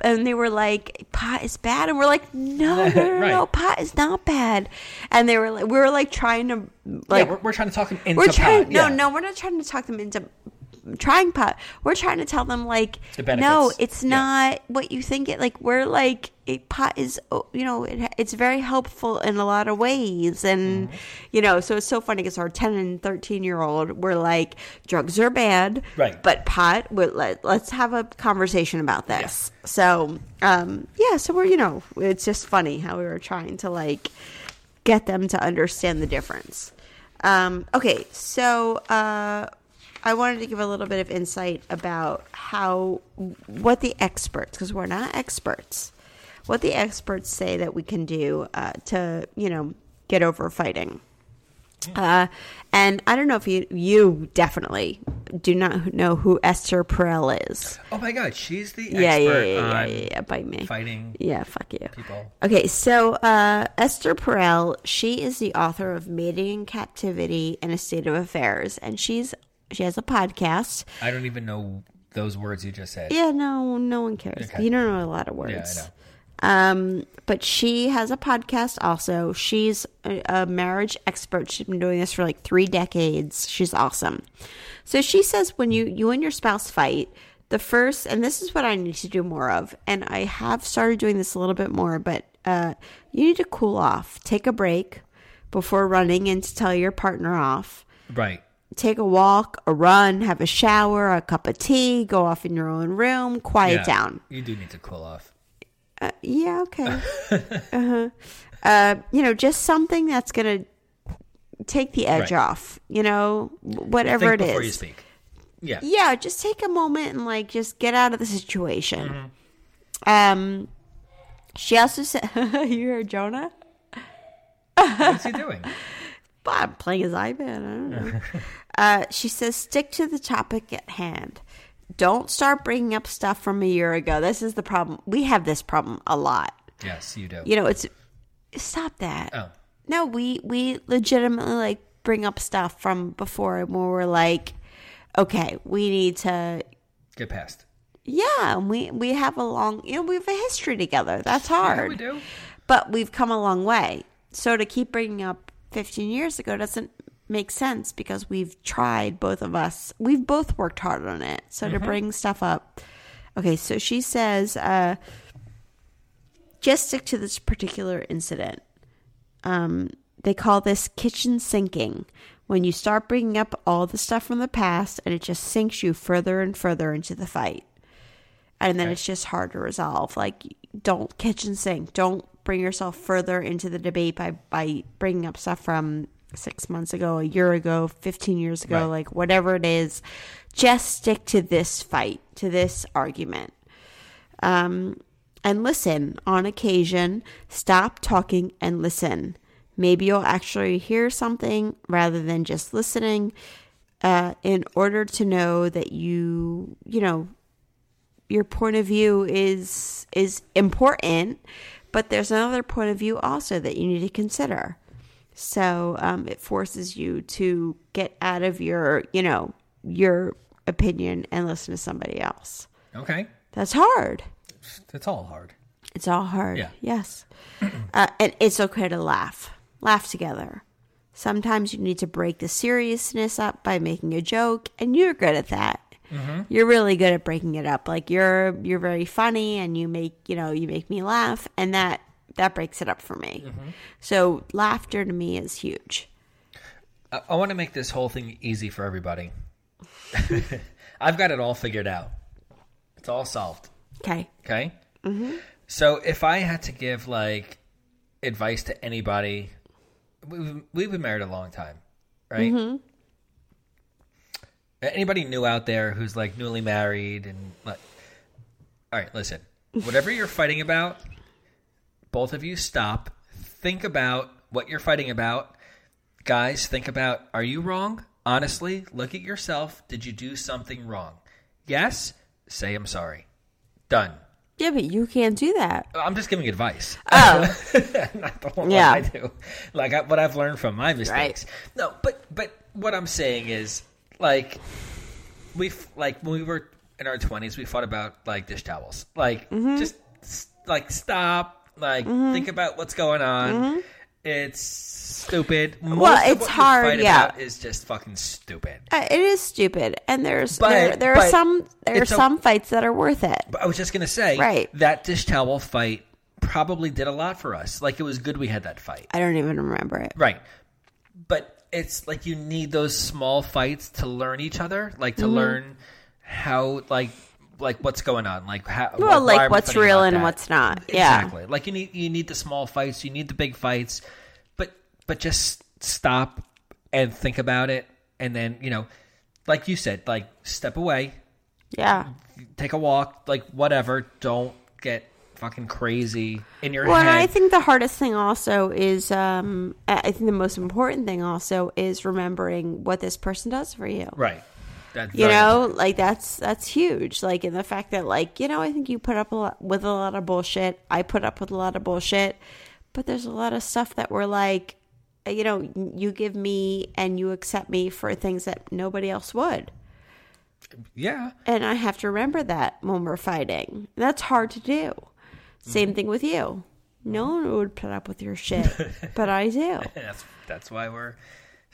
and they were like, "Pot is bad," and we're like, "No, no, no, no, Right. pot is not bad." And they were like, we were like trying to like yeah, we're, we're trying to talk him into we're trying pot. no yeah. no we're not trying to talk them into trying pot we're trying to tell them like The benefits. no it's Yeah. not what you think it like we're like it, pot is oh, you know it, it's very helpful in a lot of ways and Mm-hmm. you know so it's so funny because our 10 and 13 year old we're like drugs are bad Right. but pot would let, let's have a conversation about this so um yeah so we're you know it's just funny how we were trying to like get them to understand the difference. Um, okay, so uh, I wanted to give a little bit of insight about how what the experts, because we're not experts, what the experts say that we can do uh, to you know get over fighting. Uh, and I don't know if you you definitely do not know who Esther Perel is. Oh my God, she's the expert Yeah, yeah, yeah, yeah, on yeah, yeah, bite me. fighting Yeah, fuck you. people. Okay, so uh, Esther Perel, she is the author of Mating in Captivity and a State of Affairs, and she's she has a podcast. I don't even know those words you just said. Yeah, no, no one cares. Okay. You don't know a lot of Yeah, words. I know. Um, but she has a podcast also. She's a, a marriage expert. She's been doing this for like three decades. She's awesome. So she says when you you and your spouse fight, the first and this is what I need to do more of, and I have started doing this a little bit more, but uh, you need to cool off, take a break before running in to tell your partner off Right. take a walk, a run, have a shower, a cup of tea, go off in your own room, quiet Yeah. down. You do need to cool off. Yeah, okay. uh-huh. Uh, you know, just something that's going to take the edge Right. off, you know, wh- whatever Think it before you is. speak. Yeah. Yeah, just take a moment and like just get out of the situation. Mm-hmm. Um she also said you heard Jonah? What's he doing? Well, I'm playing his iPad. I don't know. uh, she says, stick to the topic at hand. Don't start bringing up stuff from a year ago. This is the problem. We have this problem a lot. Yes, you do. You know, it's stop that. Oh. No, we we legitimately like bring up stuff from before and where we're like, okay, we need to. Get past. Yeah, and we we have a long. You know, we have a history together. That's hard Yeah, we do. but we've come a long way. So to keep bringing up 15 years ago doesn't make sense because we've tried both of us. We've both worked hard on it. So to bring stuff up. Okay, so she says uh, just stick to this particular incident. Um, they call this kitchen sinking. When you start bringing up all the stuff from the past and it just sinks you further and further into the fight and then it's just hard to resolve. Like, don't kitchen sink. Don't bring yourself further into the debate by by bringing up stuff from six months ago, a year ago, fifteen years ago, Right. like whatever it is. Just stick to this fight, to this argument. Um, and listen on occasion. Stop talking and listen. Maybe you'll actually hear something rather than just listening. Uh, in order to know that you, you know, your point of view is is important, but there's another point of view also that you need to consider. So um, it forces you to get out of your, you know, your opinion and listen to somebody else. Okay. That's hard. It's all hard. It's all hard. Yeah. Yes. uh, and it's okay to laugh. Laugh together. Sometimes you need to break the seriousness up by making a joke, and you're good at that. Mm-hmm. You're really good at breaking it up. Like you're you're very funny, and you make you know you make me laugh, and that that breaks it up for me. Mm-hmm. So laughter to me is huge. I, I want to make this whole thing easy for everybody. I've got it all figured out. It's all solved. Okay. Okay. So if I had to give like advice to anybody. We've, we've been married a long time, right? Anybody new out there who's like newly married and like, all right, listen, whatever you're fighting about, both of you stop, think about what you're fighting about. Guys, think about are you wrong? Honestly, look at yourself. Did you do something wrong? Yes, say I'm sorry. Done. Yeah, but you can't do that. I'm just giving advice. Oh. not the whole Yeah. yeah. I do. Like I, what I've learned from my mistakes. No, but but what I'm saying is like we f- like when we were in our 20s, we fought about like dish towels. Like Mm-hmm. just s- like stop, like think about what's going on. It's stupid. Most of Mm-hmm. it's what you hard, fight yeah. about is just fucking stupid. Uh, it is stupid, and there's But- there, there are but some there are it's o- some fights that are worth it. But I was just gonna say, Right. That dish towel fight probably did a lot for us. Like it was good we had that fight. I don't even remember it. Right. But it's like you need those small fights to learn each other, like Mm-hmm. to learn how like like what's going on, like how Well, why are like we what's fighting real about and that? what's not. Yeah. Exactly. Like you need you need the small fights, you need the big fights, but but just stop and think about it and then, you know, like you said, like step away, Yeah. take a walk, like whatever, don't get fucking crazy in your Well, head. and I think the hardest thing also is, um, I I think the most important thing also is remembering what this person does for you. right. That's You very know, like that's that's huge. Like in the fact that, like you know, I think you put up a lot, with a lot of bullshit. I put up with a lot of bullshit, but there's a lot of stuff that we're like, you know, you give me and you accept me for things that nobody else would. Yeah. And I have to remember that when we're fighting. That's hard to do. Mm-hmm. Same thing with you. No one would put up with your shit, but I do. And that's that's why we're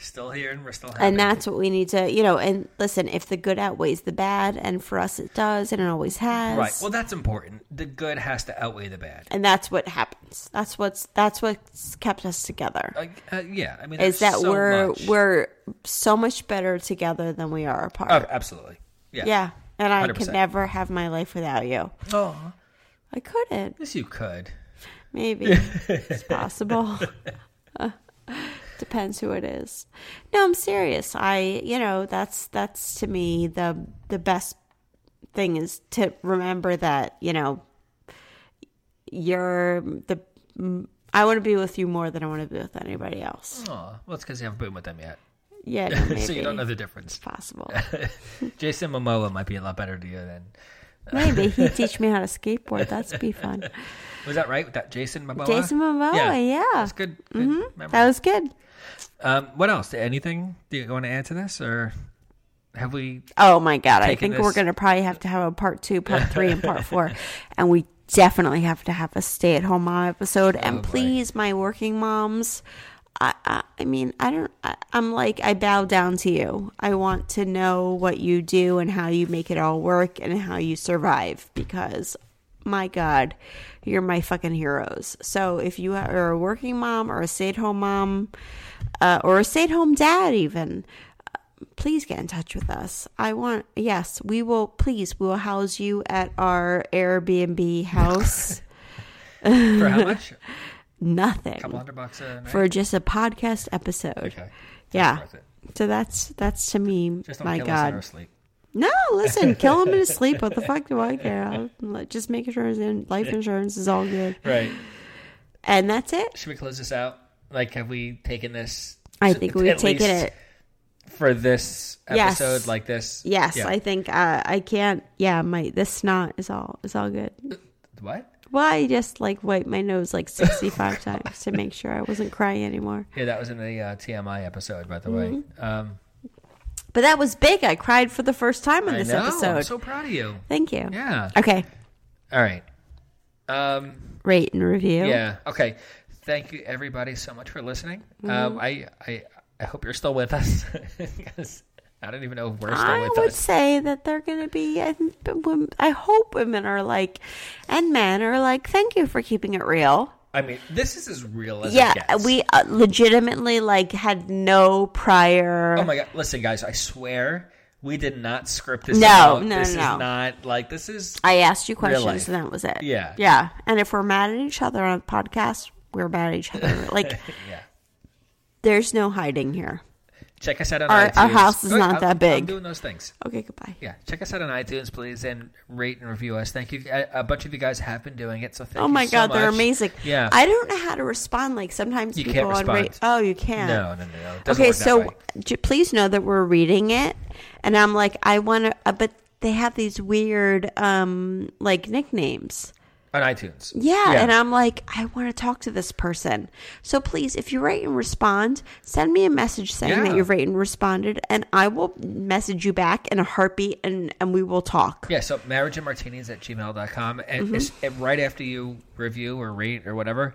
still here and we're still happy. And that's what we need to, you know, and listen, if the good outweighs the bad, and for us it does, and it always has. right. Well, that's important. The good has to outweigh the bad. and that's what happens. That's what's that's what's kept us together. Like, uh, yeah. I mean, is there's that so we're much. we're so much better together than we are apart. oh, absolutely. Yeah. yeah. And I could 100%. never have my life without you. Oh, I couldn't. yes, you could. Maybe it's possible. Depends who it is. No, I'm serious. I, you know, that's that's to me the the best thing is to remember that you know you're the. mm, I want to be with you more than I want to be with anybody else. Oh, well, it's because you haven't been with them yet, Yeah, no, maybe so you don't know the difference. possible. Jason Momoa might be a lot better to you than Maybe he would teach me how to skateboard. That's be fun. was that right? With that Jason Momoa. Jason Momoa, yeah. uh, Mm-hmm. That's good. good memory. That was good. um, what else? Anything? Do you want to add to this, or have we? Oh my god! I taking think we're this- going to probably have to have a part two, part three, and part four, and we definitely have to have a stay-at-home mom episode. Oh, and please, my working moms, I, I, I mean, I don't. I, I'm like, I bow down to you. I want to know what you do and how you make it all work and how you survive because. My God, you're my fucking heroes. So if you are a working mom or a stay-at-home mom, uh, or a stay-at-home dad, even please get in touch with us. I want, yes, we will, please, we will house you at our Airbnb house. For how much? A Nothing couple hundred bucks a night. for just a podcast episode. okay. yeah. worth it. So that's, that's to me, Just don't my kill us in God. our sleep. No, listen, kill him in his sleep. What the fuck do I care? I'll, like, just making sure his in- life insurance is all good. Right. And that's it. Should we close this out? Like, have we taken this? I think we've at taken least it. for this Yes. episode. Like this. Yes, Yeah. I think uh, I can't. Yeah, my this snot is all is all good. What? Well, I just like wiped my nose like 65 times to make sure I wasn't crying anymore. Yeah, that was in the uh, TMI episode, by the way. Mm-hmm. Um, But that was big. I cried for the first time in I this know. I'm episode. so proud of you. Thank you. Yeah. Okay. All right. Um, Rate and review. yeah. Okay. Thank you, everybody, so much for listening. Mm-hmm. Um, I, I I hope you're still with us. 'Cause I don't even know if we're still I with would us. say that they're going to be. I, think that wom- I hope women are like, and men are like, thank you for keeping it real. I mean, this is as real as Yeah, it gets. we uh, legitimately like had no prior. Oh my god! Listen, guys, I swear we did not script this. No, out. no, this no. is not like this is I asked you Real questions life. and that was it. Yeah. Yeah. And if we're mad at each other on the podcast, we're mad at each other. Like, there's no hiding here. Check us out on Our- our iTunes. house is Good, not I'm- that big. I'm doing those things. Okay, goodbye. Yeah, check us out on iTunes, please, and rate and review us. Thank you. A, a bunch of you guys have been doing it, so thank you. Oh my so god, they're much. amazing. Yeah, I don't know how to respond. Like sometimes You people can't on ra- respond. oh, you can't. No, no, no, no. It doesn't Okay, work that so way. j- please know that we're reading it, and I'm like, I want to, uh, but they have these weird, um, like nicknames. on iTunes. Yeah, and I'm like, I want to talk to this person. So please, if you rate and respond, send me a message saying Yeah. that you've rate and responded, and I will message you back in a heartbeat, and and we will talk. yeah. So marriageandmartinis at gmail.com. and Mm-hmm. it's- and right after you review or rate or whatever.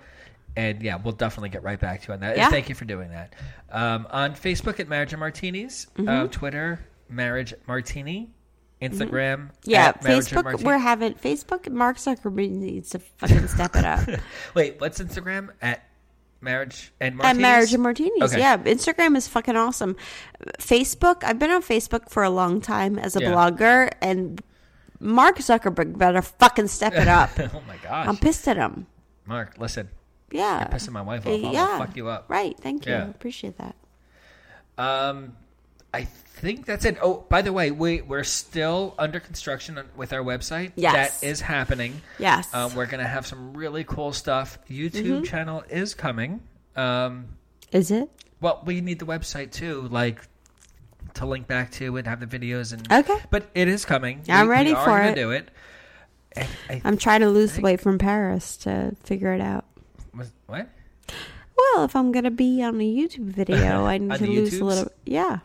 And yeah, we'll definitely get right back to you on that. Yeah. And thank you for doing that. Um, on Facebook at Marriage and Martinis, Mm-hmm. uh, Twitter Marriage Martini, Instagram Yeah, at Marriage and Facebook. Martini. We're having Facebook. Mark Zuckerberg needs to fucking step it up. Wait, what's Instagram at Marriage and Martinis? At marriage and martinis. Okay. Yeah, Instagram is fucking awesome. Facebook. I've been on Facebook for a long time as a Yeah. blogger, and Mark Zuckerberg better fucking step it up. oh my gosh, I'm pissed at him. Mark, listen. Yeah, You're pissing my wife Uh, off. I'll fuck you up. Right. Thank you. Yeah. Appreciate that. Um, I think that's it. Oh, by the way, we we're still under construction on- with our website. Yes. that is happening. Yes. Mm-hmm. um, we're gonna have some really cool stuff. YouTube channel is coming. Um, Is it well, we need the website too, like to link back to and have the videos and Okay. But it is coming. I'm We- ready we are for gonna it. Uh, Do it. And I, I'm trying to lose the weight from Paris to figure it out. was, what? Well, if I'm gonna be on a YouTube video, I On need to the lose a YouTubes? little. Yeah,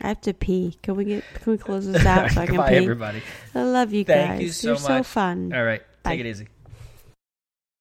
I have to pee. Can we get? Can we close this out so I can Goodbye, pee? everybody. I love you Thank guys. you so are much. so fun. All right, Bye. take it easy.